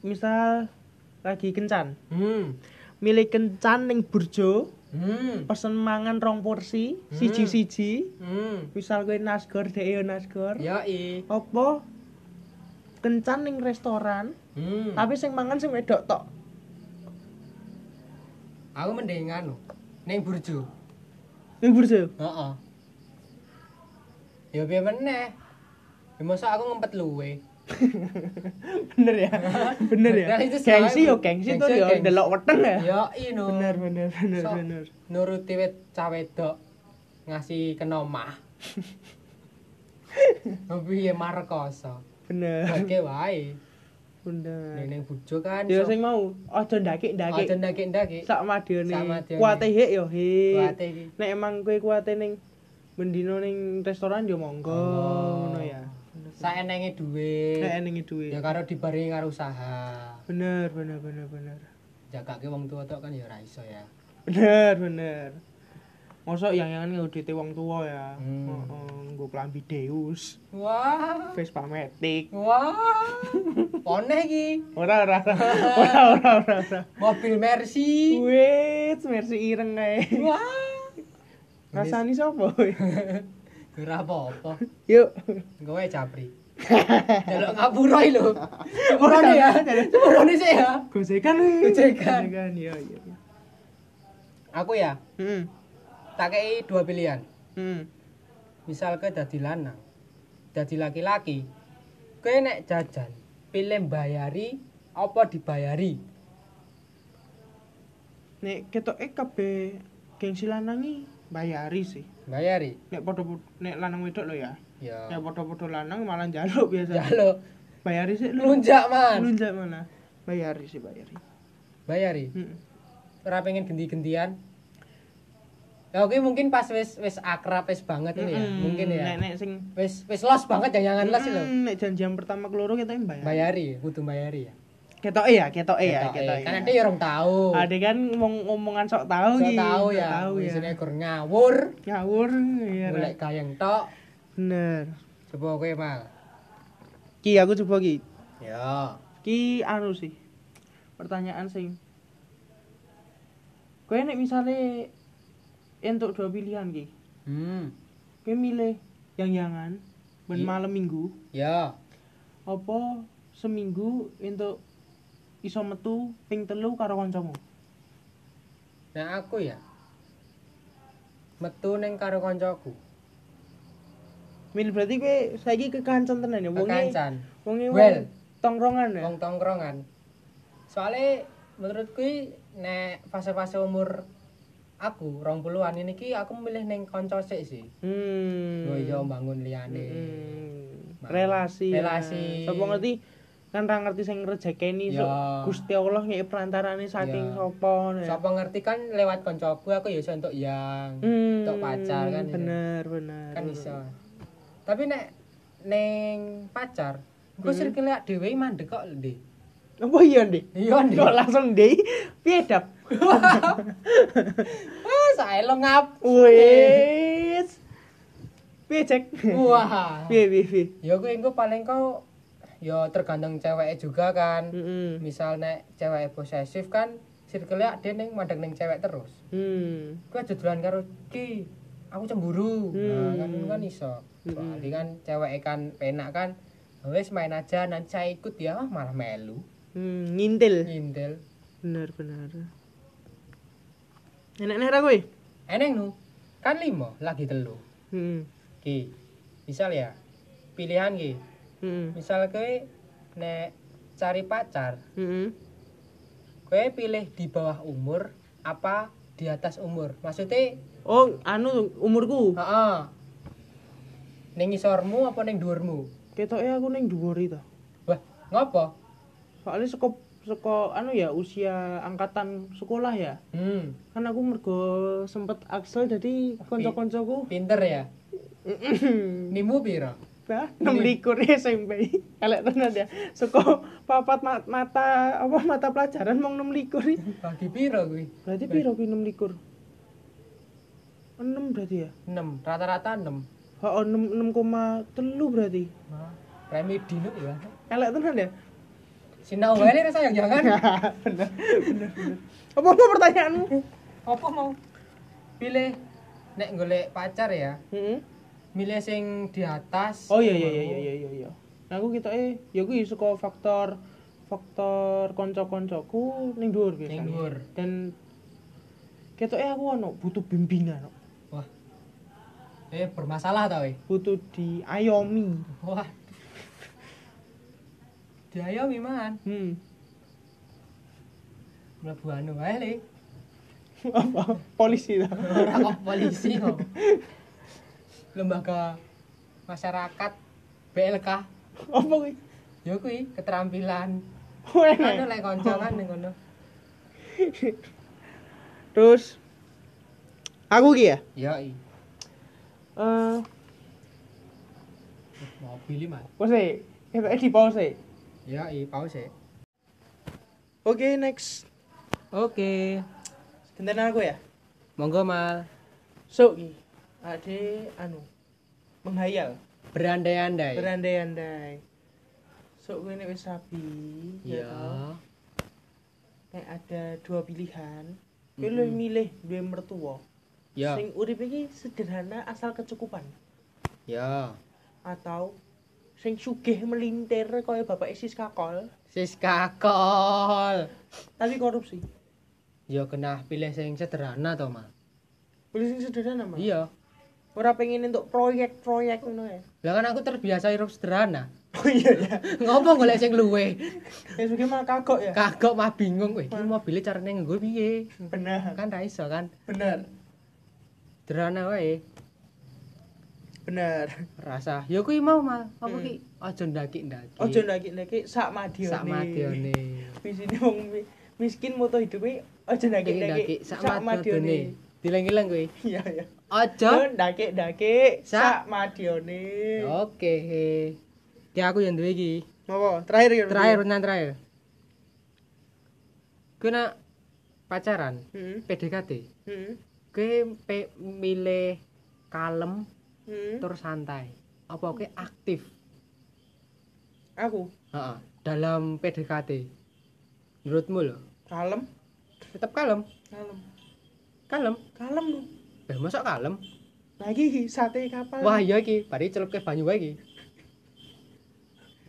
Speaker 1: misal lagi kencan,
Speaker 2: Hmm.
Speaker 1: milih kencan ning burjo,
Speaker 2: Hmm.
Speaker 1: pesen mangan rong porsi, siji-siji.
Speaker 2: Hmm.
Speaker 1: Misal kowe nasgor, dhek yo nasgor.
Speaker 2: Ya i.
Speaker 1: apa kencan ning restoran
Speaker 2: Hmm.
Speaker 1: tapi sing mangan sing wedok tok
Speaker 2: Aku mendingan lo. Neng burjo.
Speaker 1: ning
Speaker 2: (laughs)
Speaker 1: burjo
Speaker 2: Heeh. Ya biar meneh. Ya masa aku ngempet luwe.
Speaker 1: bener ya (laughs) bener ya
Speaker 2: Nah, itu
Speaker 1: gengsi
Speaker 2: salah,
Speaker 1: yo
Speaker 2: Bu.
Speaker 1: gengsi
Speaker 2: Gengsi,
Speaker 1: tuh yo
Speaker 2: gengsi.
Speaker 1: delok weteng ya
Speaker 2: Ya i no.
Speaker 1: bener bener bener
Speaker 2: So-
Speaker 1: bener
Speaker 2: nuruti wet cah wedok ngasih
Speaker 1: (laughs)
Speaker 2: kenomah tapi ya markoso
Speaker 1: bener
Speaker 2: bagi wae
Speaker 1: bener
Speaker 2: neneng bujo kan
Speaker 1: yo sing mau aja ndaki
Speaker 2: aja
Speaker 1: ndaki
Speaker 2: ndaki ndaki
Speaker 1: sak madione
Speaker 2: Sak madione.
Speaker 1: kuate hek yo hek
Speaker 2: kuate iki
Speaker 1: nek emang kowe kuate ning mendino ning restoran yo monggo
Speaker 2: Oh.
Speaker 1: ngono ya
Speaker 2: saenenge duwe
Speaker 1: nek ning duwe
Speaker 2: ya karo dibarengi karo usaha
Speaker 1: bener bener bener bener
Speaker 2: jagake wong tua tok kan ya ora iso ya
Speaker 1: bener bener mosok yang yang ngudite wong tua ya
Speaker 2: Hmm.
Speaker 1: hmm. nggo klambi deus
Speaker 2: wah
Speaker 1: Vespa Matic
Speaker 2: wah poneh iki
Speaker 1: ora ora ora ora ora ora ora
Speaker 2: mobil mercy
Speaker 1: wait mercy ireng kae
Speaker 2: wah (laughs)
Speaker 1: rasani sapa we?
Speaker 2: ora apa-apa
Speaker 1: yuk
Speaker 2: Gawe (laughs) capri. Delok ngapura lho. Sepurane ya. Sepurane sih ya.
Speaker 1: gojekan
Speaker 2: Gojekan.
Speaker 1: gojekan yo yo
Speaker 2: Aku ya,
Speaker 1: hmm
Speaker 2: tak kei dua pilihan.
Speaker 1: hmm
Speaker 2: Misalke dadi lanang, dadi laki-laki. Kowe nek jajan, pilih bayari apa dibayari?
Speaker 1: nek ketoke kabeh gengsi lanangi bayari sih
Speaker 2: Bayari.
Speaker 1: nek padha nek lanang wedok lo ya
Speaker 2: Ya.
Speaker 1: nek padha-padha lanang malah njaluk biasa
Speaker 2: Jalo,
Speaker 1: bayari sih lu
Speaker 2: lunjak man.
Speaker 1: Lunjak mana? Bayari sih bayari.
Speaker 2: Bayari.
Speaker 1: Hmm.
Speaker 2: Ora pengen ganti-gantian. Ya oke mungkin pas wis wis akrab wis banget ini ya. Mungkin ya.
Speaker 1: Nek nek sing
Speaker 2: Wis wis los banget jangan los lho.
Speaker 1: Mm, nek janjian pertama keloro kita yang bayar.
Speaker 2: Bayari, kudu bayari ya.
Speaker 1: Ketoke ya, ketoke ya,
Speaker 2: Ketoke.
Speaker 1: ketoke.
Speaker 2: Kan ada yang orang tahu.
Speaker 1: Ade kan ngomong ngomongan sok tahu
Speaker 2: Nggak
Speaker 1: ki.
Speaker 2: tahu
Speaker 1: sok oh
Speaker 2: ya.
Speaker 1: Tahu ya.
Speaker 2: Biasanya kur ngawur,
Speaker 1: Ngawur ya. Ra.
Speaker 2: golek kayang tok.
Speaker 1: Bener.
Speaker 2: Coba kowe mal.
Speaker 1: Ki aku coba ki.
Speaker 2: Ya.
Speaker 1: Ki anu sih. Pertanyaan sing. Kowe nek misale entuk dua pilihan ki.
Speaker 2: Hmm.
Speaker 1: Kowe milih yang-yangan ben
Speaker 2: Iya.
Speaker 1: malam minggu.
Speaker 2: Ya.
Speaker 1: apa seminggu untuk iso metu ping telu karo kancamu
Speaker 2: Nah aku ya. Metu ning karo kancaku.
Speaker 1: Mil berarti kowe saiki kekancan tenan ya wonge
Speaker 2: Kekancan.
Speaker 1: wonge
Speaker 2: Well.
Speaker 1: tongkrongan ya
Speaker 2: wong tongkrongan soalnya menurutku i, nek fase-fase umur aku rong puluhan ini ki aku milih neng konco sik sih
Speaker 1: hmm
Speaker 2: gue yo bangun liane
Speaker 1: Hmm. relasi
Speaker 2: Relasi.
Speaker 1: sapa ngerti kan ra ngerti sing rejekeni so,
Speaker 2: Ya.
Speaker 1: Gusti Allah ngeki perantarane saking
Speaker 2: Ya.
Speaker 1: sapa ya.
Speaker 2: Sapa ngerti kan lewat koncoku aku yo iso entuk yang
Speaker 1: Hmm,
Speaker 2: Tok pacar kan iso.
Speaker 1: bener bener
Speaker 2: kan iso. Tapi nek neng pacar, gue circle lek dhewe mandek kok ndi.
Speaker 1: apa iya ndek
Speaker 2: Iya ndi.
Speaker 1: kok langsung ndek piye dap
Speaker 2: (laughs) Wah, saelo Ah, ngap.
Speaker 1: wis piye cek
Speaker 2: Oh. Wah.
Speaker 1: Hmm. piye piye piye
Speaker 2: Ya gue engko paling kok ya tergantung cewek juga kan.
Speaker 1: Mm-mm.
Speaker 2: Misal nek cewek posesif kan circle lek dhewe neng mandek neng cewek terus.
Speaker 1: hmm
Speaker 2: Gue jodolan karo ki. Aku cemburu. Nah, kan kan iso. Soalnya kan cewek kan penak kan. Wes main aja nanti saya ikut ya Ah, malah melu.
Speaker 1: hmm ngintil
Speaker 2: Nyindel.
Speaker 1: bener bener enak nih ra kowe
Speaker 2: Eneng nu kan limo lagi telu.
Speaker 1: hmm
Speaker 2: Ki. Misal ya pilihan ki.
Speaker 1: hmm
Speaker 2: Misal kowe nek cari pacar,
Speaker 1: hmm
Speaker 2: kowe pilih di bawah umur apa di atas umur? Maksudnya,
Speaker 1: oh anu umurku
Speaker 2: heeh. Ning isormu apa ning dhuwurmu?
Speaker 1: ketoke aku ning dhuwur ta
Speaker 2: Wah, ngopo?
Speaker 1: soalnya seko seko anu ya usia angkatan sekolah ya
Speaker 2: Hmm,
Speaker 1: kan aku mergo sempet aksel jadi konco-koncoku Hmm,
Speaker 2: pinter ya. Nimu piro?
Speaker 1: bah enam likur ya, SMP elek tenan ya seko papat ma- mata apa mata pelajaran mau enam likur
Speaker 2: Bagi piro kuwi?
Speaker 1: berarti piro kuwi enam likur enam berarti ya
Speaker 2: 6, rata-rata 6.
Speaker 1: oh enam enam koma telu berarti
Speaker 2: Remi dino ya.
Speaker 1: elek tenan ya
Speaker 2: Sinau wae nih rasa yang jangan.
Speaker 1: bener bener bener apa mau pertanyaanmu
Speaker 2: Apa mau? Pilih nek golek pacar ya.
Speaker 1: Heeh.
Speaker 2: milih sing di atas
Speaker 1: Oh iya iya iya iya iya iya. iya. Nah, aku kita eh ya aku suka faktor faktor kanca-kancaku ning dhuwur biasanya.
Speaker 2: Ning dhuwur.
Speaker 1: Dan ketoke aku ono butuh bimbingan, ono.
Speaker 2: wah eh bermasalah tau eh
Speaker 1: butuh diayomi.
Speaker 2: wah dia miman
Speaker 1: Hmm. (laughs)
Speaker 2: mlebu anu wae le
Speaker 1: Apa polisi ta? (laughs)
Speaker 2: ora kok polisi kok lembaga masyarakat BLK
Speaker 1: Apa kuwi?
Speaker 2: ya kuwi keterampilan anu
Speaker 1: Wene.
Speaker 2: lek koncokan ning ngono
Speaker 1: (laughs) Terus aku ki ya.
Speaker 2: ya i
Speaker 1: Eh,
Speaker 2: mau pilih mas
Speaker 1: wes e, ketoke di pause. e.
Speaker 2: ya i pause
Speaker 1: Oke, next.
Speaker 2: oke
Speaker 1: Genten aku ya.
Speaker 2: monggo mal
Speaker 1: So, ki. Ade anu menghayal.
Speaker 2: berandai-andai
Speaker 1: berandai-andai sok gue nek wis rapi ya toh.
Speaker 2: ya
Speaker 1: nek ada dua pilihan gue lebih milih dua mertua
Speaker 2: ya
Speaker 1: sing urip iki sederhana asal kecukupan
Speaker 2: ya
Speaker 1: atau sing sugih melintir kaya bapak Isis kakol
Speaker 2: Siska kol.
Speaker 1: tapi korupsi
Speaker 2: Ya kena pilih sing sederhana to, Mas.
Speaker 1: pilih sing sederhana mah
Speaker 2: Iya.
Speaker 1: ora pengen untuk proyek-proyek ngono ya
Speaker 2: Lah kan aku terbiasa hidup sederhana. (laughs)
Speaker 1: oh iya (laughs) ya
Speaker 2: Ngopo golek sing luwe?
Speaker 1: ya sugih mah kagok ya
Speaker 2: Kagok mah bingung, weh, iki mobilnya carane nggo piye?
Speaker 1: benar
Speaker 2: Kan ra iso kan.
Speaker 1: benar
Speaker 2: Sederhana wae.
Speaker 1: benar
Speaker 2: Rasa. Ya kuwi mau, Mas. Apa ki Hmm. aja ndaki-ndaki.
Speaker 1: ojo ndaki-ndaki sak madione
Speaker 2: sak madione.
Speaker 1: Wisine wong mi- miskin moto hidupe aja
Speaker 2: Ndaki
Speaker 1: ndakik-ndakik
Speaker 2: sak madione. Dileng-ileng kuwi.
Speaker 1: Iya ya.
Speaker 2: Aja.
Speaker 1: Aja ndakik-ndakik sak
Speaker 2: Sak
Speaker 1: madione.
Speaker 2: Oke. Ki aku yang duwe iki.
Speaker 1: Ngopo? Terakhir ya.
Speaker 2: terakhir pertanyaan terakhir gue nak pacaran
Speaker 1: Heeh.
Speaker 2: PDKT
Speaker 1: Heeh.
Speaker 2: gue pe- milih kalem
Speaker 1: Heeh.
Speaker 2: terus santai apa oke aktif
Speaker 1: Aku
Speaker 2: Heeh. dalam PDKT menurutmu loh
Speaker 1: kalem,
Speaker 2: tetap kalem
Speaker 1: kalem.
Speaker 2: kalem
Speaker 1: Kalem. lu.
Speaker 2: Bah, masa kalem
Speaker 1: Lagi sate kapal.
Speaker 2: wah iya ki bari celup ke banyu wae ki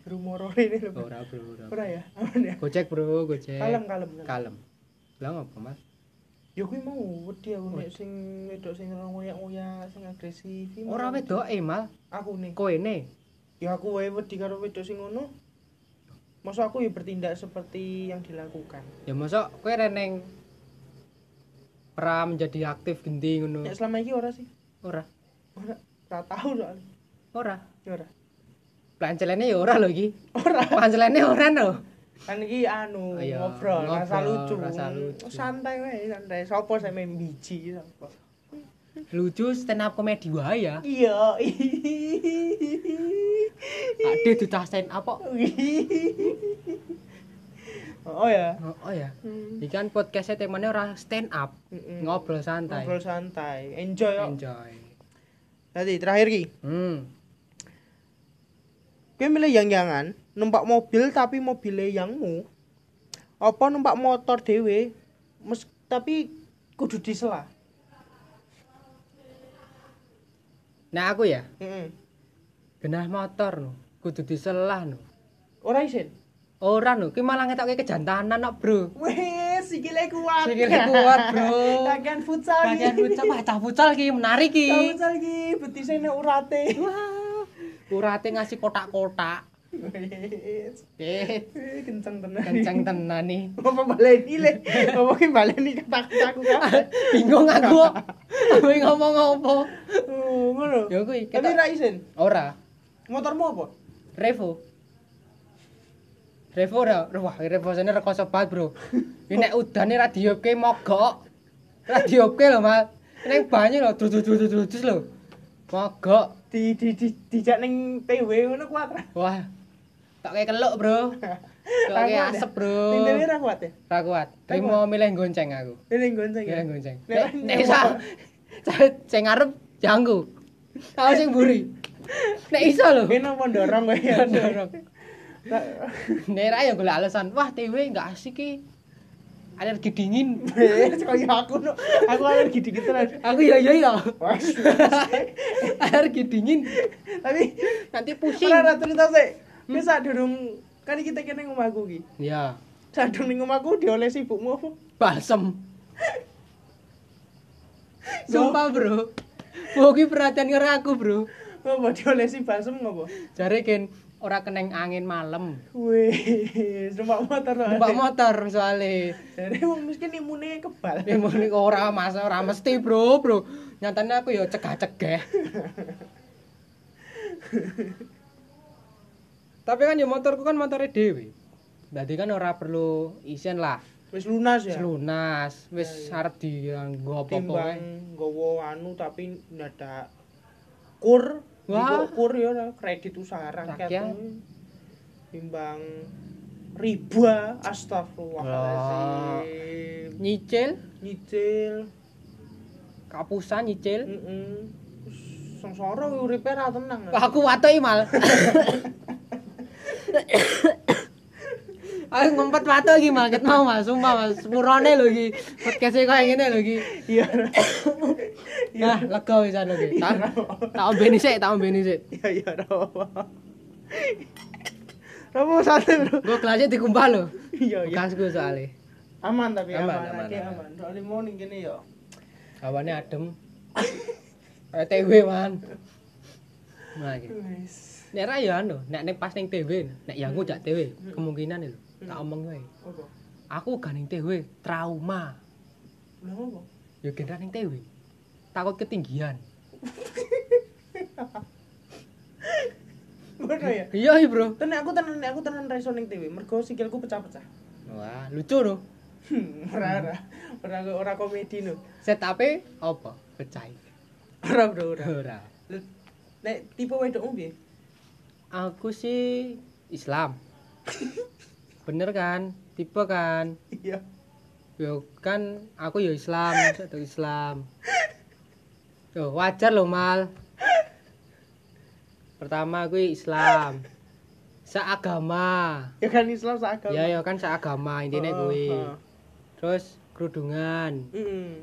Speaker 1: rumor ini lho.
Speaker 2: ora bro ora
Speaker 1: Ora ya. Aman ya.
Speaker 2: gojek bro gojek
Speaker 1: Kalem, kalem. kalem.
Speaker 2: Oh. Eh, kalem lah ngapa mas
Speaker 1: Ya kuwi mau wedi aku nek sing wedok sing ngoyak-ngoyak, sing agresif. Ki mau.
Speaker 2: ora
Speaker 1: e,
Speaker 2: wedoke mal
Speaker 1: Aku nih.
Speaker 2: kowe ne
Speaker 1: Ya aku wae wedi karo wedok sing ngono. Masa aku ya bertindak seperti yang dilakukan.
Speaker 2: ya masa kowe reneng pra menjadi aktif gending ngono
Speaker 1: Nek selama ini ora sih.
Speaker 2: ora
Speaker 1: Ora ora tahu soalnya.
Speaker 2: ora
Speaker 1: Ora.
Speaker 2: plancelene ya ora lho iki
Speaker 1: Ora.
Speaker 2: plancelene ora no
Speaker 1: Kan iki anu
Speaker 2: Oh, iya.
Speaker 1: ngobrol, rasa
Speaker 2: Ngobrol,
Speaker 1: lucu.
Speaker 2: rasa lucu.
Speaker 1: Santai wae, santai. Sopo sing main biji sopo.
Speaker 2: lucu stand up comedy wae ya
Speaker 1: Iya.
Speaker 2: ade duta stand up kok
Speaker 1: (laughs) oh ya.
Speaker 2: oh, oh ya iki kan podcastnya temanya ora stand up
Speaker 1: Mm-mm.
Speaker 2: ngobrol
Speaker 1: Hmm.
Speaker 2: santai
Speaker 1: Ngobrol santai. Enjoy kok.
Speaker 2: enjoy
Speaker 1: Tadi terakhir ki.
Speaker 2: hmm
Speaker 1: Kowe milih yang-yangan, numpak mobil tapi mobilnya yangmu. Apa numpak motor dhewe mes tapi kudu disela.
Speaker 2: nah aku ya
Speaker 1: Heeh.
Speaker 2: genah motor no kudu diselah no
Speaker 1: Ora isin.
Speaker 2: ora no ki malah ngetokke kejantanan no bro
Speaker 1: Wes, sikile kuat.
Speaker 2: Sikile kuat, Bro.
Speaker 1: Bagian futsal ki.
Speaker 2: Bagian futsal, bocah futsal ki menarik ki.
Speaker 1: Tahu futsal ki, betise nek urate.
Speaker 2: Wah, urate ngasih kotak-kotak.
Speaker 1: Wes.
Speaker 2: Eh,
Speaker 1: Eh, Kenceng tenan.
Speaker 2: kenceng tenan nih. (laughs)
Speaker 1: Apa baleni le? Ngomongin baleni kata-kata aku kan.
Speaker 2: Bingung aku. kok. Aku ngomong apa?
Speaker 1: Oh, ngono.
Speaker 2: Ya kuwi
Speaker 1: Tapi
Speaker 2: ketok.
Speaker 1: ra isin.
Speaker 2: Ora,
Speaker 1: Motormu apa?
Speaker 2: Revo. Revo ora, wah Revo jane rekoso banget, Bro. Ini nek udane ra diopke mogok. Ra diopke lho, Mas. Ning banyu lho, dudus-dudus lho. Mogok.
Speaker 1: Di di di dijak ning PW ngono kuat ra?
Speaker 2: Wah. Tak kayak keluk, Bro.
Speaker 1: Ra
Speaker 2: Tak kayak
Speaker 1: kuat ya?
Speaker 2: asep, Bro.
Speaker 1: Ning dhewe ra kuat e? ya?
Speaker 2: Ra kuat. Trimo milih gonceng aku.
Speaker 1: Ini gonceng ya?
Speaker 2: Milih gonceng.
Speaker 1: Nek-
Speaker 2: Nek- Eh, Nek iso ca- sing arep jangku. Tahu sing buri. Nek iso lho.
Speaker 1: Ini apa dorong
Speaker 2: (laughs)
Speaker 1: gue ya?
Speaker 2: Dorong. Nek ra ya golek alasan. Wah, TV enggak asik ki. Alergi dingin.
Speaker 1: Wes, kaya aku no. Aku alergi dikit terus.
Speaker 2: Aku ya ya ya.
Speaker 1: Wes.
Speaker 2: (laughs) Alergi dingin.
Speaker 1: Tapi
Speaker 2: Nanti pusing.
Speaker 1: ora ora cerita sih. Wis sak durung kan iki kita kene omahku iki.
Speaker 2: Ya,
Speaker 1: Sak durung ning omahku diolesi ibumu apa?
Speaker 2: balsem. Sumpah, Bro. Bogi perhatian karo aku, Bro.
Speaker 1: Apa diolesi basem ngopo?
Speaker 2: Jare ken ora keneng angin malam.
Speaker 1: Wes, numpak motor to.
Speaker 2: Numpak motor soalnya
Speaker 1: Jadi wong miskin imune kebal.
Speaker 2: Ya muni ora mas, ora mesti bro, bro. Nyatanya aku ya cegah-cegah. Tapi kan ya motorku kan motornya dewi. Jadi kan ora perlu isin lah,
Speaker 1: Wis lunas ya.
Speaker 2: lunas, wis arep dianggo apa-apa wae.
Speaker 1: Timbang nggowo anu tapi ndadak kur.
Speaker 2: Wah.
Speaker 1: Wah, kur ya ora. kredit usaha rakyat.
Speaker 2: Rakyat.
Speaker 1: kuwi. Timbang riba astagfirullahalazim.
Speaker 2: Nyicil,
Speaker 1: Nyicil.
Speaker 2: kapusan nyicil.
Speaker 1: Heeh. Sengsara kuwi uripe ra tenang.
Speaker 2: Aku watoi mal. Aku ngumpet watu iki mal, ket mau mas, sumpah mas, murone lho iki. Podcast-e koyo ngene lho iki.
Speaker 1: Iya.
Speaker 2: Nah, lega wis anu ki. Tak tak ombeni sik, tak ombeni sik.
Speaker 1: Iya iya ra apa-apa. Ra apa santai, Bro.
Speaker 2: Engko kelasnya dikumpah e lho.
Speaker 1: Iya iya.
Speaker 2: Bekasku soalnya.
Speaker 1: Aman tapi
Speaker 2: Aman,
Speaker 1: aman.
Speaker 2: aman,
Speaker 1: Oke,
Speaker 2: aman.
Speaker 1: aman. Soalnya mau ning kene ya.
Speaker 2: Hawane adem. Kayak TW, man. Nah, iki.
Speaker 1: Wis.
Speaker 2: Nek ra ya anu, nek ning pas ning TW, nek yang aku jak TW, kemungkinan itu tak omong wae.
Speaker 1: Apa?
Speaker 2: Aku gak ning TW, trauma.
Speaker 1: Lah apa?
Speaker 2: Ya gendra ning TW. Takut ketinggian.
Speaker 1: Ngono ya.
Speaker 2: Iya, iya, Bro.
Speaker 1: Tenan aku tenan aku tenan ra iso ning TV mergo sikilku pecah-pecah.
Speaker 2: Wah, lucu lho.
Speaker 1: Hmm, Ora ora. Ora ora komedi no.
Speaker 2: Setape apa? Pecah.
Speaker 1: Ora bro ora.
Speaker 2: Ora.
Speaker 1: Lho, Nek tipe wedokmu piye?
Speaker 2: Aku sih Islam. Bener kan? Tipe kan?
Speaker 1: Iya.
Speaker 2: Yo kan aku yo Islam, (laughs) satu Islam. Yo wajar loh mal. Pertama aku Islam. Seagama.
Speaker 1: Ya kan Islam seagama.
Speaker 2: Ya yo kan seagama intinya
Speaker 1: Oh,
Speaker 2: kuwi. Terus kerudungan.
Speaker 1: Heeh.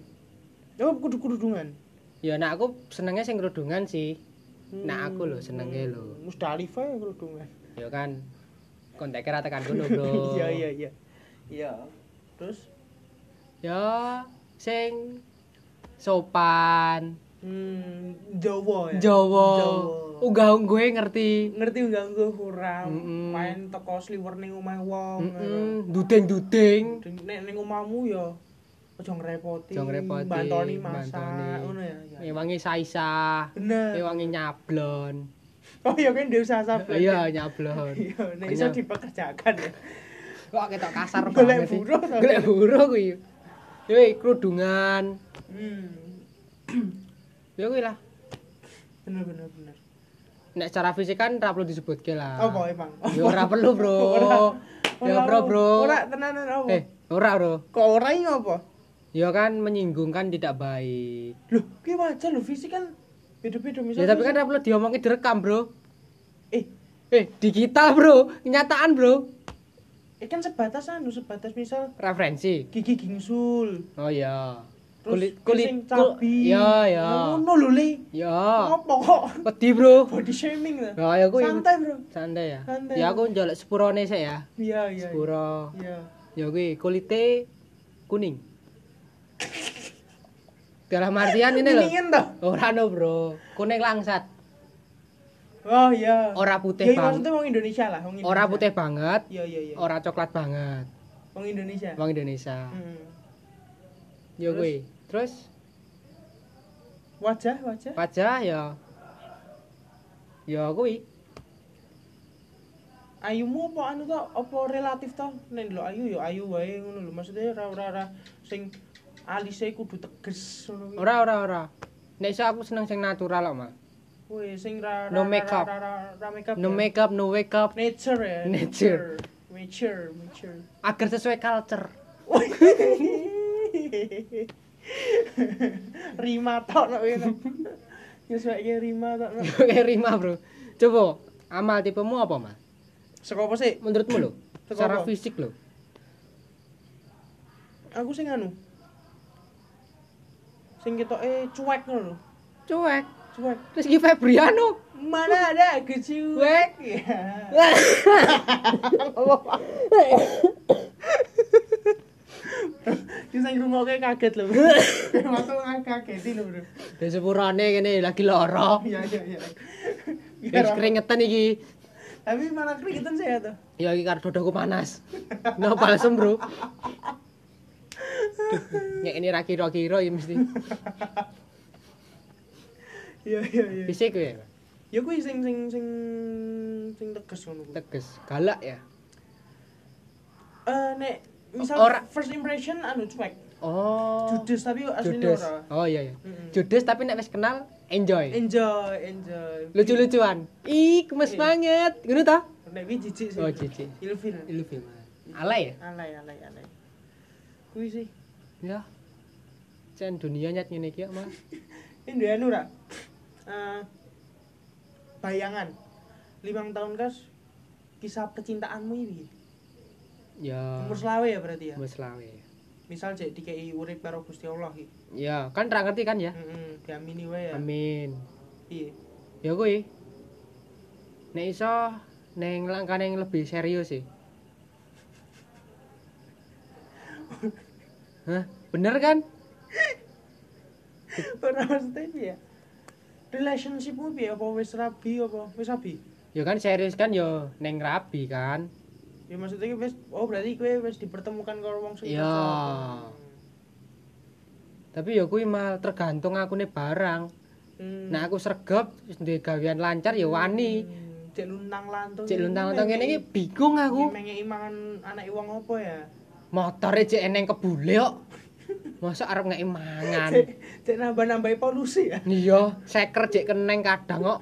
Speaker 1: Hmm. Ya kudu-kudungan.
Speaker 2: Ya nak aku senengnya sing kerudungan sih. Nak aku lho senenge lho.
Speaker 1: Hmm. Musdalifah ya kerudungan.
Speaker 2: Yo kan kontaknya rata kan dulu bro.
Speaker 1: (laughs) Iya iya iya. Iya. Terus
Speaker 2: Ya, sing sopan,
Speaker 1: hmm, Jawa ya
Speaker 2: Jawa.
Speaker 1: Jawa.
Speaker 2: Ugah gue ngerti.
Speaker 1: ngerti nggak gue kurang
Speaker 2: Mm-mm.
Speaker 1: main teko sliwer ning omah wong
Speaker 2: Dudeng-dudeng.
Speaker 1: Dan nek ning omahmu ya ojo ngrepoti
Speaker 2: Jangan repoti.
Speaker 1: bantoni masak
Speaker 2: bantoni.
Speaker 1: ngono ya ya.
Speaker 2: Ewangi saisa.
Speaker 1: bener
Speaker 2: Ewangi nyablon.
Speaker 1: oh iya kan dia usaha sablon (laughs)
Speaker 2: Iya, nyablon.
Speaker 1: iya nek iso
Speaker 2: Kanya-
Speaker 1: dipekerjakan ya
Speaker 2: Kok ketok kasar
Speaker 1: Golek
Speaker 2: banget sih.
Speaker 1: buruh tapi.
Speaker 2: Golek buruh kuwi. Yo kerudungan.
Speaker 1: hmm.
Speaker 2: Yo kuwi lah.
Speaker 1: bener bener bener
Speaker 2: Nek cara fisik kan ra perlu disebutke lah.
Speaker 1: apa emang
Speaker 2: Yo Ah. ora perlu,
Speaker 1: (laughs)
Speaker 2: Bro. Yo bro,
Speaker 1: Oh,
Speaker 2: bro.
Speaker 1: ora tenanan apa
Speaker 2: Eh, ora, Bro.
Speaker 1: kok ora iki apa
Speaker 2: Yo kan menyinggung kan tidak baik.
Speaker 1: lho ki wajar lho fisik kan beda-beda
Speaker 2: Ya
Speaker 1: misalnya
Speaker 2: tapi kan ra perlu diomongin direkam, Bro.
Speaker 1: eh
Speaker 2: Eh, digital, Bro. Kenyataan, Bro.
Speaker 1: eh kan sebatas anu sebatas misal
Speaker 2: Referensi.
Speaker 1: gigi gingsul
Speaker 2: Oh iya.
Speaker 1: terus
Speaker 2: Kulit
Speaker 1: piercing
Speaker 2: kulit kul-
Speaker 1: cabi Oh,
Speaker 2: Ya, ya.
Speaker 1: ngono lho le
Speaker 2: Ya.
Speaker 1: apa kok
Speaker 2: Pedih, Bro.
Speaker 1: body shaming lah
Speaker 2: Ya, ya aku
Speaker 1: santai bro
Speaker 2: santai ya.
Speaker 1: Santai.
Speaker 2: Ya aku njolek sepurone sik ya.
Speaker 1: iya iya iya.
Speaker 2: Sepuro.
Speaker 1: iya
Speaker 2: Ya kuwi kulite kuning. Dalam artian ini loh.
Speaker 1: dingin toh
Speaker 2: Ora no, Bro. Kuning langsat.
Speaker 1: oh iya
Speaker 2: Ora putih
Speaker 1: ya iya,
Speaker 2: banget.
Speaker 1: maksudnya wong Indonesia lah wong Indonesia
Speaker 2: Ora putih banget,
Speaker 1: iya iya iya
Speaker 2: ora coklat banget.
Speaker 1: wong Indonesia
Speaker 2: Wong Indonesia.
Speaker 1: Hmm.
Speaker 2: Ya
Speaker 1: Terus?
Speaker 2: kuwi. Terus
Speaker 1: wajah wajah
Speaker 2: wajah ya ya kuwi.
Speaker 1: ayumu apa anu toh apa relatif toh nek lho ayu ya ayu wae ngono lho maksudnya ora ora ora sing alise kudu teges ngono kuwi.
Speaker 2: Ora ora ora. Nek iso aku seneng sing natural kok, Mas.
Speaker 1: Kuwi sing ra ra-
Speaker 2: No
Speaker 1: ra-
Speaker 2: makeup.
Speaker 1: ra ra- ra makeup
Speaker 2: No
Speaker 1: ya.
Speaker 2: makeup, no wake up,
Speaker 1: nature ya
Speaker 2: Nature.
Speaker 1: nature nature
Speaker 2: agar sesuai culture. (laughs)
Speaker 1: Rima tok nek ngono nyesuaike Rima tok nek
Speaker 2: Kayak Rima, Bro. Coba amal tipemu apa, Mas?
Speaker 1: saka apa sih
Speaker 2: Menurutmu
Speaker 1: (clears throat)
Speaker 2: lo?
Speaker 1: Teko
Speaker 2: Secara
Speaker 1: apa?
Speaker 2: fisik lo?
Speaker 1: aku sing anu sing ketoke cuek ngono lho
Speaker 2: Cuek.
Speaker 1: cuek
Speaker 2: Rizky Febriano.
Speaker 1: mana ada kecil
Speaker 2: Cuek.
Speaker 1: ya bisa ngrungokke kaget lho bro waktu ngakagetin lho bro
Speaker 2: Dan sepurane kene lagi lara.
Speaker 1: iya iya iya Biar
Speaker 2: Wis
Speaker 1: apa?
Speaker 2: keringetan iki.
Speaker 1: tapi malah keringetan saya tuh
Speaker 2: Ya iki karo dodoku panas. No balsem,
Speaker 1: (laughs)
Speaker 2: Bro. Duh, Nek ini ra kira-kira ya mesti.
Speaker 1: iya iya iya
Speaker 2: Fisik ya,
Speaker 1: ya kuwi sing sing sing sing tegas ngono kuwi
Speaker 2: tegas, galak ya.
Speaker 1: eh nek misal
Speaker 2: Ora-
Speaker 1: first impression anu cuek
Speaker 2: Oh.
Speaker 1: judes tapi asline
Speaker 2: Judes.
Speaker 1: ora
Speaker 2: Oh iya iya.
Speaker 1: Mm-mm.
Speaker 2: Judes tapi nek wis kenal enjoy.
Speaker 1: enjoy enjoy
Speaker 2: Lucu-lucuan. Ih, gemes
Speaker 1: Iya.
Speaker 2: banget. Ngono ta?
Speaker 1: nek kuwi jijik sih
Speaker 2: Oh, jijik.
Speaker 1: ilfil
Speaker 2: Ilu film. Alay ya?
Speaker 1: alay alay alay kuwi sih
Speaker 2: Ya. Cen dunia nyat ngene iki, Mas.
Speaker 1: ini dia anu ra Eh, bayangan limang tahun kas kisah percintaanmu ini
Speaker 2: Ya.
Speaker 1: umur selawe ya berarti ya
Speaker 2: Umur selawe.
Speaker 1: misal jadi dikei urip karo Gusti Allah iki
Speaker 2: Ya, kan ra ngerti kan ya?
Speaker 1: heeh diamini wae ya
Speaker 2: Amin.
Speaker 1: iya
Speaker 2: Ya kuwi. Nek iso neng langkah yang lebih serius
Speaker 1: (laughs)
Speaker 2: sih. Hah? Bener kan?
Speaker 1: ora mesti ya relationshipmu piye apa wis rabi apa wis rabi
Speaker 2: Ya kan serius kan ya neng rabi kan.
Speaker 1: ya maksudnya wis oh berarti kowe wis dipertemukan karo wong sing
Speaker 2: Iya.
Speaker 1: cocok.
Speaker 2: Tapi ya kuwi mal tergantung aku nih barang.
Speaker 1: Hmm.
Speaker 2: Nah aku sregep terus duwe gawean lancar ya wani.
Speaker 1: Hmm, cek luntang lantung
Speaker 2: Cek luntang lantung ngene iki bingung aku.
Speaker 1: mengenai mangan anak wong apa ya
Speaker 2: Motore cek eneng kebule kok. Masa arep ngeki mangan.
Speaker 1: cek, cek nambah nambahi polusi ya
Speaker 2: Iya, seker cek keneng kadang kok.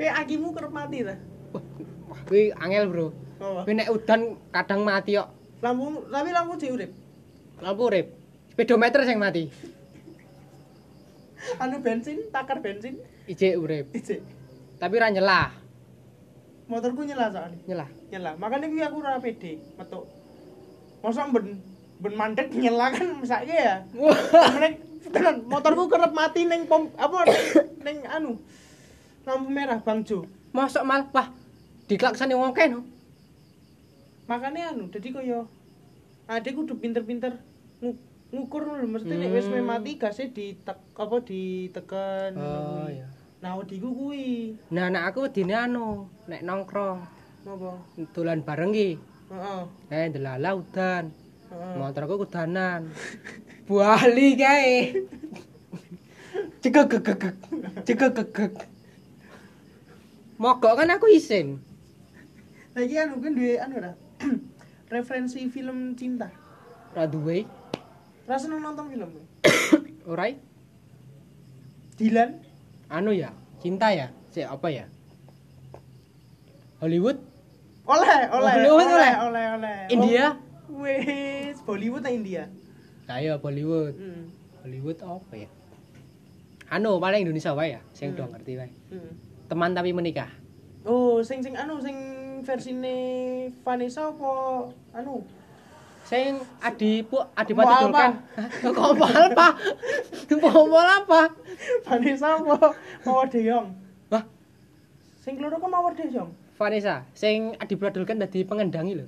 Speaker 1: kayak akimu kerep mati ta
Speaker 2: Wah, wah, Kuwi angel, Bro.
Speaker 1: apa
Speaker 2: Kuwi nek udan kadang mati kok.
Speaker 1: lampu tapi lampu cek urip
Speaker 2: Lampu urip. Speedometer sing mati.
Speaker 1: anu bensin takar bensin
Speaker 2: Ijek urip.
Speaker 1: cek
Speaker 2: Tapi ra nyelah.
Speaker 1: motorku nyela soalnya
Speaker 2: Nyelah.
Speaker 1: nyela makanya kuwi aku ora pede metu masa ben ben mandek nyela kan mesake ya Meneng- tenan motorku kerep mati neng pom apa neng, neng anu lampu merah Bang Jo.
Speaker 2: Mosok mal wah diklaksani wong kene.
Speaker 1: Makane anu jadi koyo adek kudu pinter-pinter ngu- ngukur lho mesti nek wis
Speaker 2: Hmm.
Speaker 1: meh mati gase ditek apa diteken
Speaker 2: Oh
Speaker 1: kuwi.
Speaker 2: iya.
Speaker 1: Nah, wediku kuwi.
Speaker 2: Nah, anak aku dine anu, nek nongkrong,
Speaker 1: Napa?
Speaker 2: dolan bareng ki.
Speaker 1: Heeh.
Speaker 2: Eh, delala udan.
Speaker 1: Heeh.
Speaker 2: Motorku kudanan. (laughs) Bali kae. Cekekekek. Cekekekek. Mogok kan aku isin.
Speaker 1: Lah iki anu kan duwe anu ora. (clears throat) Referensi film cinta.
Speaker 2: Ora duwe.
Speaker 1: Ra seneng nonton film kuwi.
Speaker 2: Ora i?
Speaker 1: Dilan
Speaker 2: anu ya, cinta ya. Si apa ya? Hollywood,
Speaker 1: oleh oleh
Speaker 2: Hollywood oleh.
Speaker 1: oleh oleh.
Speaker 2: India.
Speaker 1: Oh, Wes Bollywood ta India.
Speaker 2: Saya Bollywood.
Speaker 1: Heeh.
Speaker 2: Hollywood apa ya? Anu paling Indonesia wae ya, sing do ngerti wae.
Speaker 1: Heeh.
Speaker 2: Teman tapi menikah.
Speaker 1: Oh, sing sing anu sing versine Vanessa apa anu? (laughs)
Speaker 2: Sing Adi Pu
Speaker 1: Mau
Speaker 2: Adipati
Speaker 1: apa?
Speaker 2: Dolken. Hah? Kok mau apa? Mau mau apa?
Speaker 1: Vanessa apa Mawar De Jong?
Speaker 2: Hah?
Speaker 1: Sing keloro kok Mawar De Jong?
Speaker 2: Vanessa, sing Adipati Dolken dadi pengendangi lho.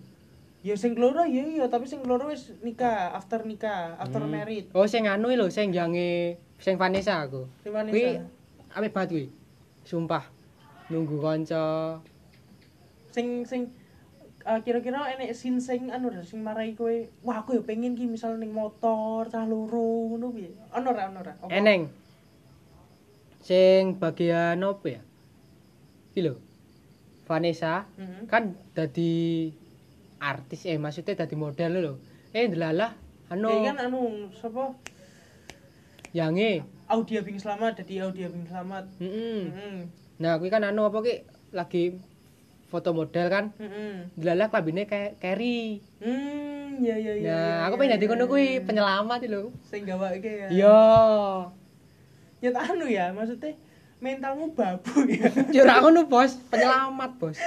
Speaker 1: Ya sing keloro ya iya, tapi sing keloro wis nikah, after nikah, after married.
Speaker 2: Oh, sing anu lho, sing jange sing Vanessa aku.
Speaker 1: Si Vanessa.
Speaker 2: Kuwi apik banget kuwi. Sumpah. Nunggu kanca.
Speaker 1: Sing sing eh, kira-kira enek sin sing anu ra, sing marai kowe, wah aku ya pengen ki misal ning motor cah loro ngono piye. Ono ra ono ra? Apa?
Speaker 2: Eneng. Sing bagian apa ya? Iki lho. Vanessa
Speaker 1: Mhm.
Speaker 2: kan dadi artis eh maksudnya dadi model lho. Eh delalah anu
Speaker 1: Ya, iki kan anu sapa?
Speaker 2: yange.
Speaker 1: Audia Bing Slamet dadi Audia Bing Slamet.
Speaker 2: Mm-mm.
Speaker 1: Heeh.
Speaker 2: Nah, kuwi kan anu apa ki lagi foto model kan.
Speaker 1: Heeh.
Speaker 2: Delalah klambine kayak Carrie.
Speaker 1: Hmm, ya ya ya. ya,
Speaker 2: Nah, aku
Speaker 1: ya,
Speaker 2: pengen dadi
Speaker 1: ya,
Speaker 2: ngono kuwi
Speaker 1: ya.
Speaker 2: penyelamat iki lho.
Speaker 1: Sing gawake ya.
Speaker 2: Yo.
Speaker 1: Ya tak anu ya, maksudnya mentalmu babu ya.
Speaker 2: (laughs) Yo ora ngono, Bos. Penyelamat, Bos.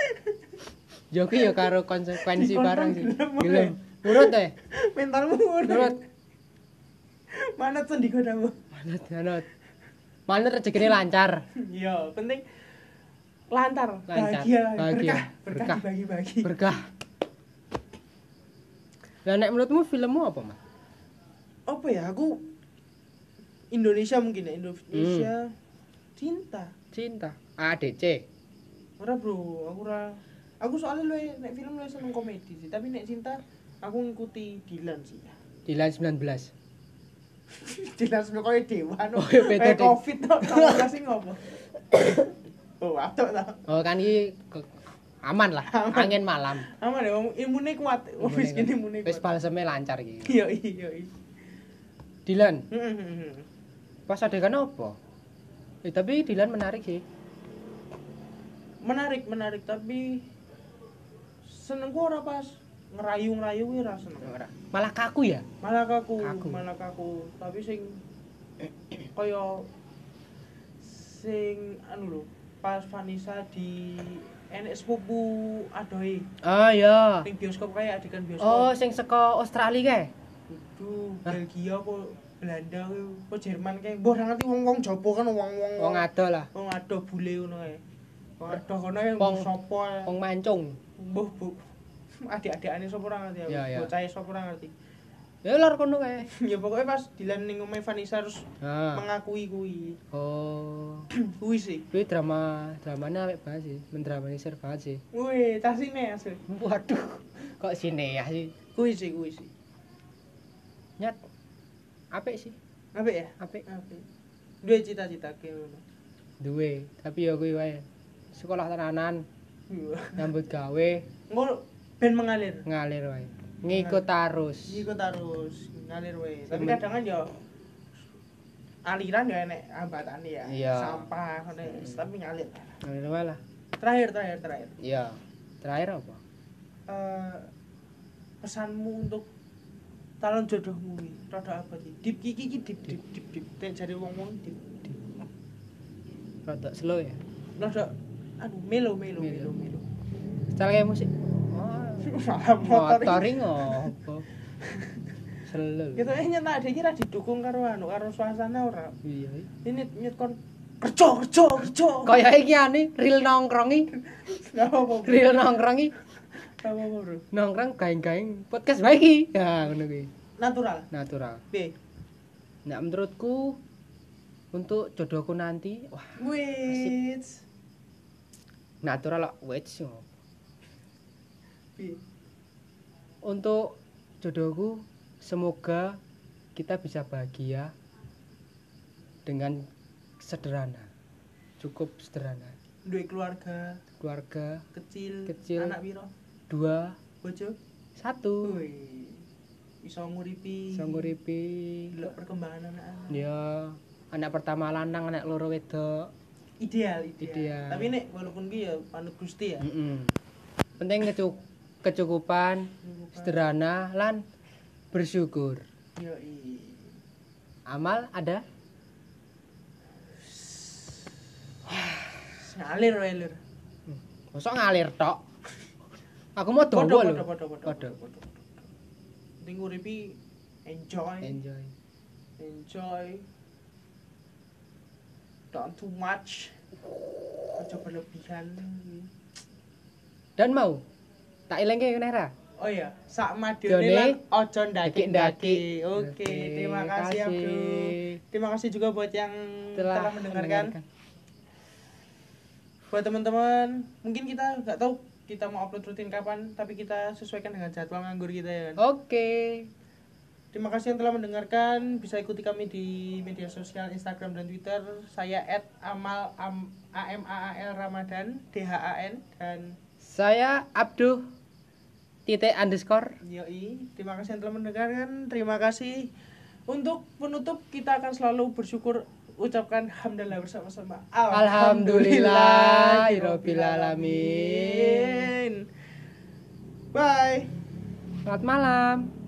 Speaker 2: Yo kuwi yo karo konsekuensi
Speaker 1: Dikonten
Speaker 2: barang sih.
Speaker 1: gelem wae.
Speaker 2: Gelem. Nurut eh.
Speaker 1: mentalmu ngono.
Speaker 2: Nurut.
Speaker 1: Manut sendikodamu.
Speaker 2: Manut, manut. Manut rezekine lancar.
Speaker 1: Iya, penting lantar,
Speaker 2: Lancar,
Speaker 1: bahagia,
Speaker 2: bahagia,
Speaker 1: berkah, berkah,
Speaker 2: berkah.
Speaker 1: dibagi-bagi.
Speaker 2: Berkah. Lah nek menurutmu filmmu apa, Mas?
Speaker 1: Apa ya aku Indonesia mungkin ya, Indonesia
Speaker 2: Hmm.
Speaker 1: cinta.
Speaker 2: Cinta. ADC.
Speaker 1: Ora bro, aku ora Aku soalnya lu nek film lu seneng komedi sih, tapi nek cinta aku ngikuti Dilan sih. (laughs)
Speaker 2: Dilan 19.
Speaker 1: Dilan sebenernya kaya dewa no.
Speaker 2: Oh, iya, beda,
Speaker 1: Kayak
Speaker 2: Dik.
Speaker 1: covid
Speaker 2: (laughs)
Speaker 1: no, kamu kasih ngopo. (coughs) Oh, atok tau.
Speaker 2: Oh, kan iki ke- aman lah. Angin
Speaker 1: (laughs)
Speaker 2: malam.
Speaker 1: Aman ya, wong imune kuat. Wis gini imune
Speaker 2: kan? Wis
Speaker 1: kuat.
Speaker 2: balseme lancar
Speaker 1: (laughs)
Speaker 2: iki.
Speaker 1: Iya, iya, iya.
Speaker 2: Dilan,
Speaker 1: Hmm, hmm, hmm, hmm.
Speaker 2: pas adegan apa? Eh, tapi Dilan menarik sih.
Speaker 1: menarik menarik tapi senengku ora pas ngerayu ngerayu kuwi ora seneng
Speaker 2: Malah kaku ya.
Speaker 1: malah kaku,
Speaker 2: Kaku.
Speaker 1: malah kaku tapi sing kaya sing anu lho pas Vanessa di enek sepupu adoe
Speaker 2: Oh iya.
Speaker 1: ning bioskop kayak adegan
Speaker 2: Oh,
Speaker 1: bioskop
Speaker 2: sing saka Australia kae.
Speaker 1: Duh, Belgia apa Belanda kuwi, apa Jerman kayak mbah ora ngerti wong-wong Jawa kan wong-wong
Speaker 2: Wong ado lah.
Speaker 1: wong adoh bule ngono kae wong adoh kono yang
Speaker 2: Wong-
Speaker 1: sapa ya.
Speaker 2: Wong mancung.
Speaker 1: Mbah, Bu. (laughs) Adik-adikane sapa ora ngerti aku.
Speaker 2: Ya, ya.
Speaker 1: Bocahe sapa ora ngerti. (laughs)
Speaker 2: Ya lor kono kae.
Speaker 1: ya pokoknya pas Dilan ning omahe Vanessa harus
Speaker 2: Ha.
Speaker 1: mengakui kuwi.
Speaker 2: Oh.
Speaker 1: kuwi sih.
Speaker 2: Kuwi drama, dramanya apik banget sih. Mendramatisir banget sih.
Speaker 1: Kuwi tasine asli.
Speaker 2: Waduh. Kok sini ya sih?
Speaker 1: Kuwi sih, kuwi sih.
Speaker 2: Nyat. Apik sih.
Speaker 1: Apik ya?
Speaker 2: Apik.
Speaker 1: Apik. Duwe cita-cita ke ngono.
Speaker 2: Duwe, tapi ya kuwi wae. Sekolah tenanan,
Speaker 1: Iya.
Speaker 2: nyambut gawe,
Speaker 1: Engko ben mengalir.
Speaker 2: ngalir wae. Ngikut arus.
Speaker 1: Iku terus ngalir wae. Tapi
Speaker 2: Semen-
Speaker 1: kadang kan ya aliran ya enek hambatane ya.
Speaker 2: Iya.
Speaker 1: Sampah ngono ya. tapi ngalir.
Speaker 2: Ngalir wae lah.
Speaker 1: Terakhir, terakhir, terakhir.
Speaker 2: Iya. Terakhir apa?
Speaker 1: eh, pesanmu untuk talon jodohmu iki rada abot iki dip iki iki dip dip dip dip nek jare wong-wong dip
Speaker 2: Rodok slow ya.
Speaker 1: rada aduh melo melo melo melo
Speaker 2: Melo. Setel kayak musik. Oh.
Speaker 1: Malah motor
Speaker 2: motor
Speaker 1: iki.
Speaker 2: iki ngopo selu
Speaker 1: gitu eh nyetak dhewe iki ra didukung karo anu karo suasana ora
Speaker 2: iya
Speaker 1: ini nyet kon kerja kerja kerja
Speaker 2: kaya iki ane real nongkrong iki
Speaker 1: Gak apa-apa bro.
Speaker 2: real nongkrong iki
Speaker 1: Gak apa-apa bro
Speaker 2: nongkrong gaeng-gaeng podcast bae iki ya ngono kuwi
Speaker 1: natural
Speaker 2: natural
Speaker 1: B
Speaker 2: nah menurutku untuk jodohku nanti wah
Speaker 1: wait
Speaker 2: natural lah wedge
Speaker 1: B
Speaker 2: untuk jodohku semoga kita bisa bahagia dengan sederhana cukup sederhana
Speaker 1: duwe keluarga
Speaker 2: keluarga
Speaker 1: kecil,
Speaker 2: Kecil.
Speaker 1: anak piro
Speaker 2: dua
Speaker 1: bojo
Speaker 2: satu
Speaker 1: Wih, iso nguripi
Speaker 2: sangguripi
Speaker 1: Delok perkembangan anak anak
Speaker 2: ya anak pertama lanang anak loro wedok
Speaker 1: ideal, ideal Hmm.
Speaker 2: Ideal.
Speaker 1: tapi nek walaupun ki ya panut gusti ya
Speaker 2: Mm-mm. penting kecuk- kecukupan sederhana lan bersyukur
Speaker 1: yo
Speaker 2: amal ada
Speaker 1: ngalir wae lur
Speaker 2: mosok ngalir tok aku mau dowo
Speaker 1: Podo,
Speaker 2: lho
Speaker 1: podo, podo,
Speaker 2: Podo.
Speaker 1: podo, podo. Penting nguripi enjoy
Speaker 2: enjoy
Speaker 1: enjoy don't too much aja berlebihan
Speaker 2: dan mau tak ilengke kene ra
Speaker 1: oh ya sak
Speaker 2: Jone.
Speaker 1: madene lan ojo ndaki-ndaki
Speaker 2: Ndaki-ndaki.
Speaker 1: oke terima kasih Abdul terima kasih juga buat yang telah, mendengarkan. buat teman-teman mungkin kita nggak tahu kita mau upload rutin kapan tapi kita sesuaikan dengan jadwal nganggur kita ya kan?
Speaker 2: oke
Speaker 1: terima kasih yang telah mendengarkan bisa ikuti kami di media sosial Instagram dan Twitter saya @amal am, a m a a l ramadan d h a n dan
Speaker 2: saya Abduh titik underscore
Speaker 1: Yoi, terima kasih yang telah mendengarkan. Terima kasih. Untuk penutup kita akan selalu bersyukur ucapkan hamdalah bersama-sama.
Speaker 2: Alhamdulillahirabbil alamin.
Speaker 1: Bye.
Speaker 2: selamat malam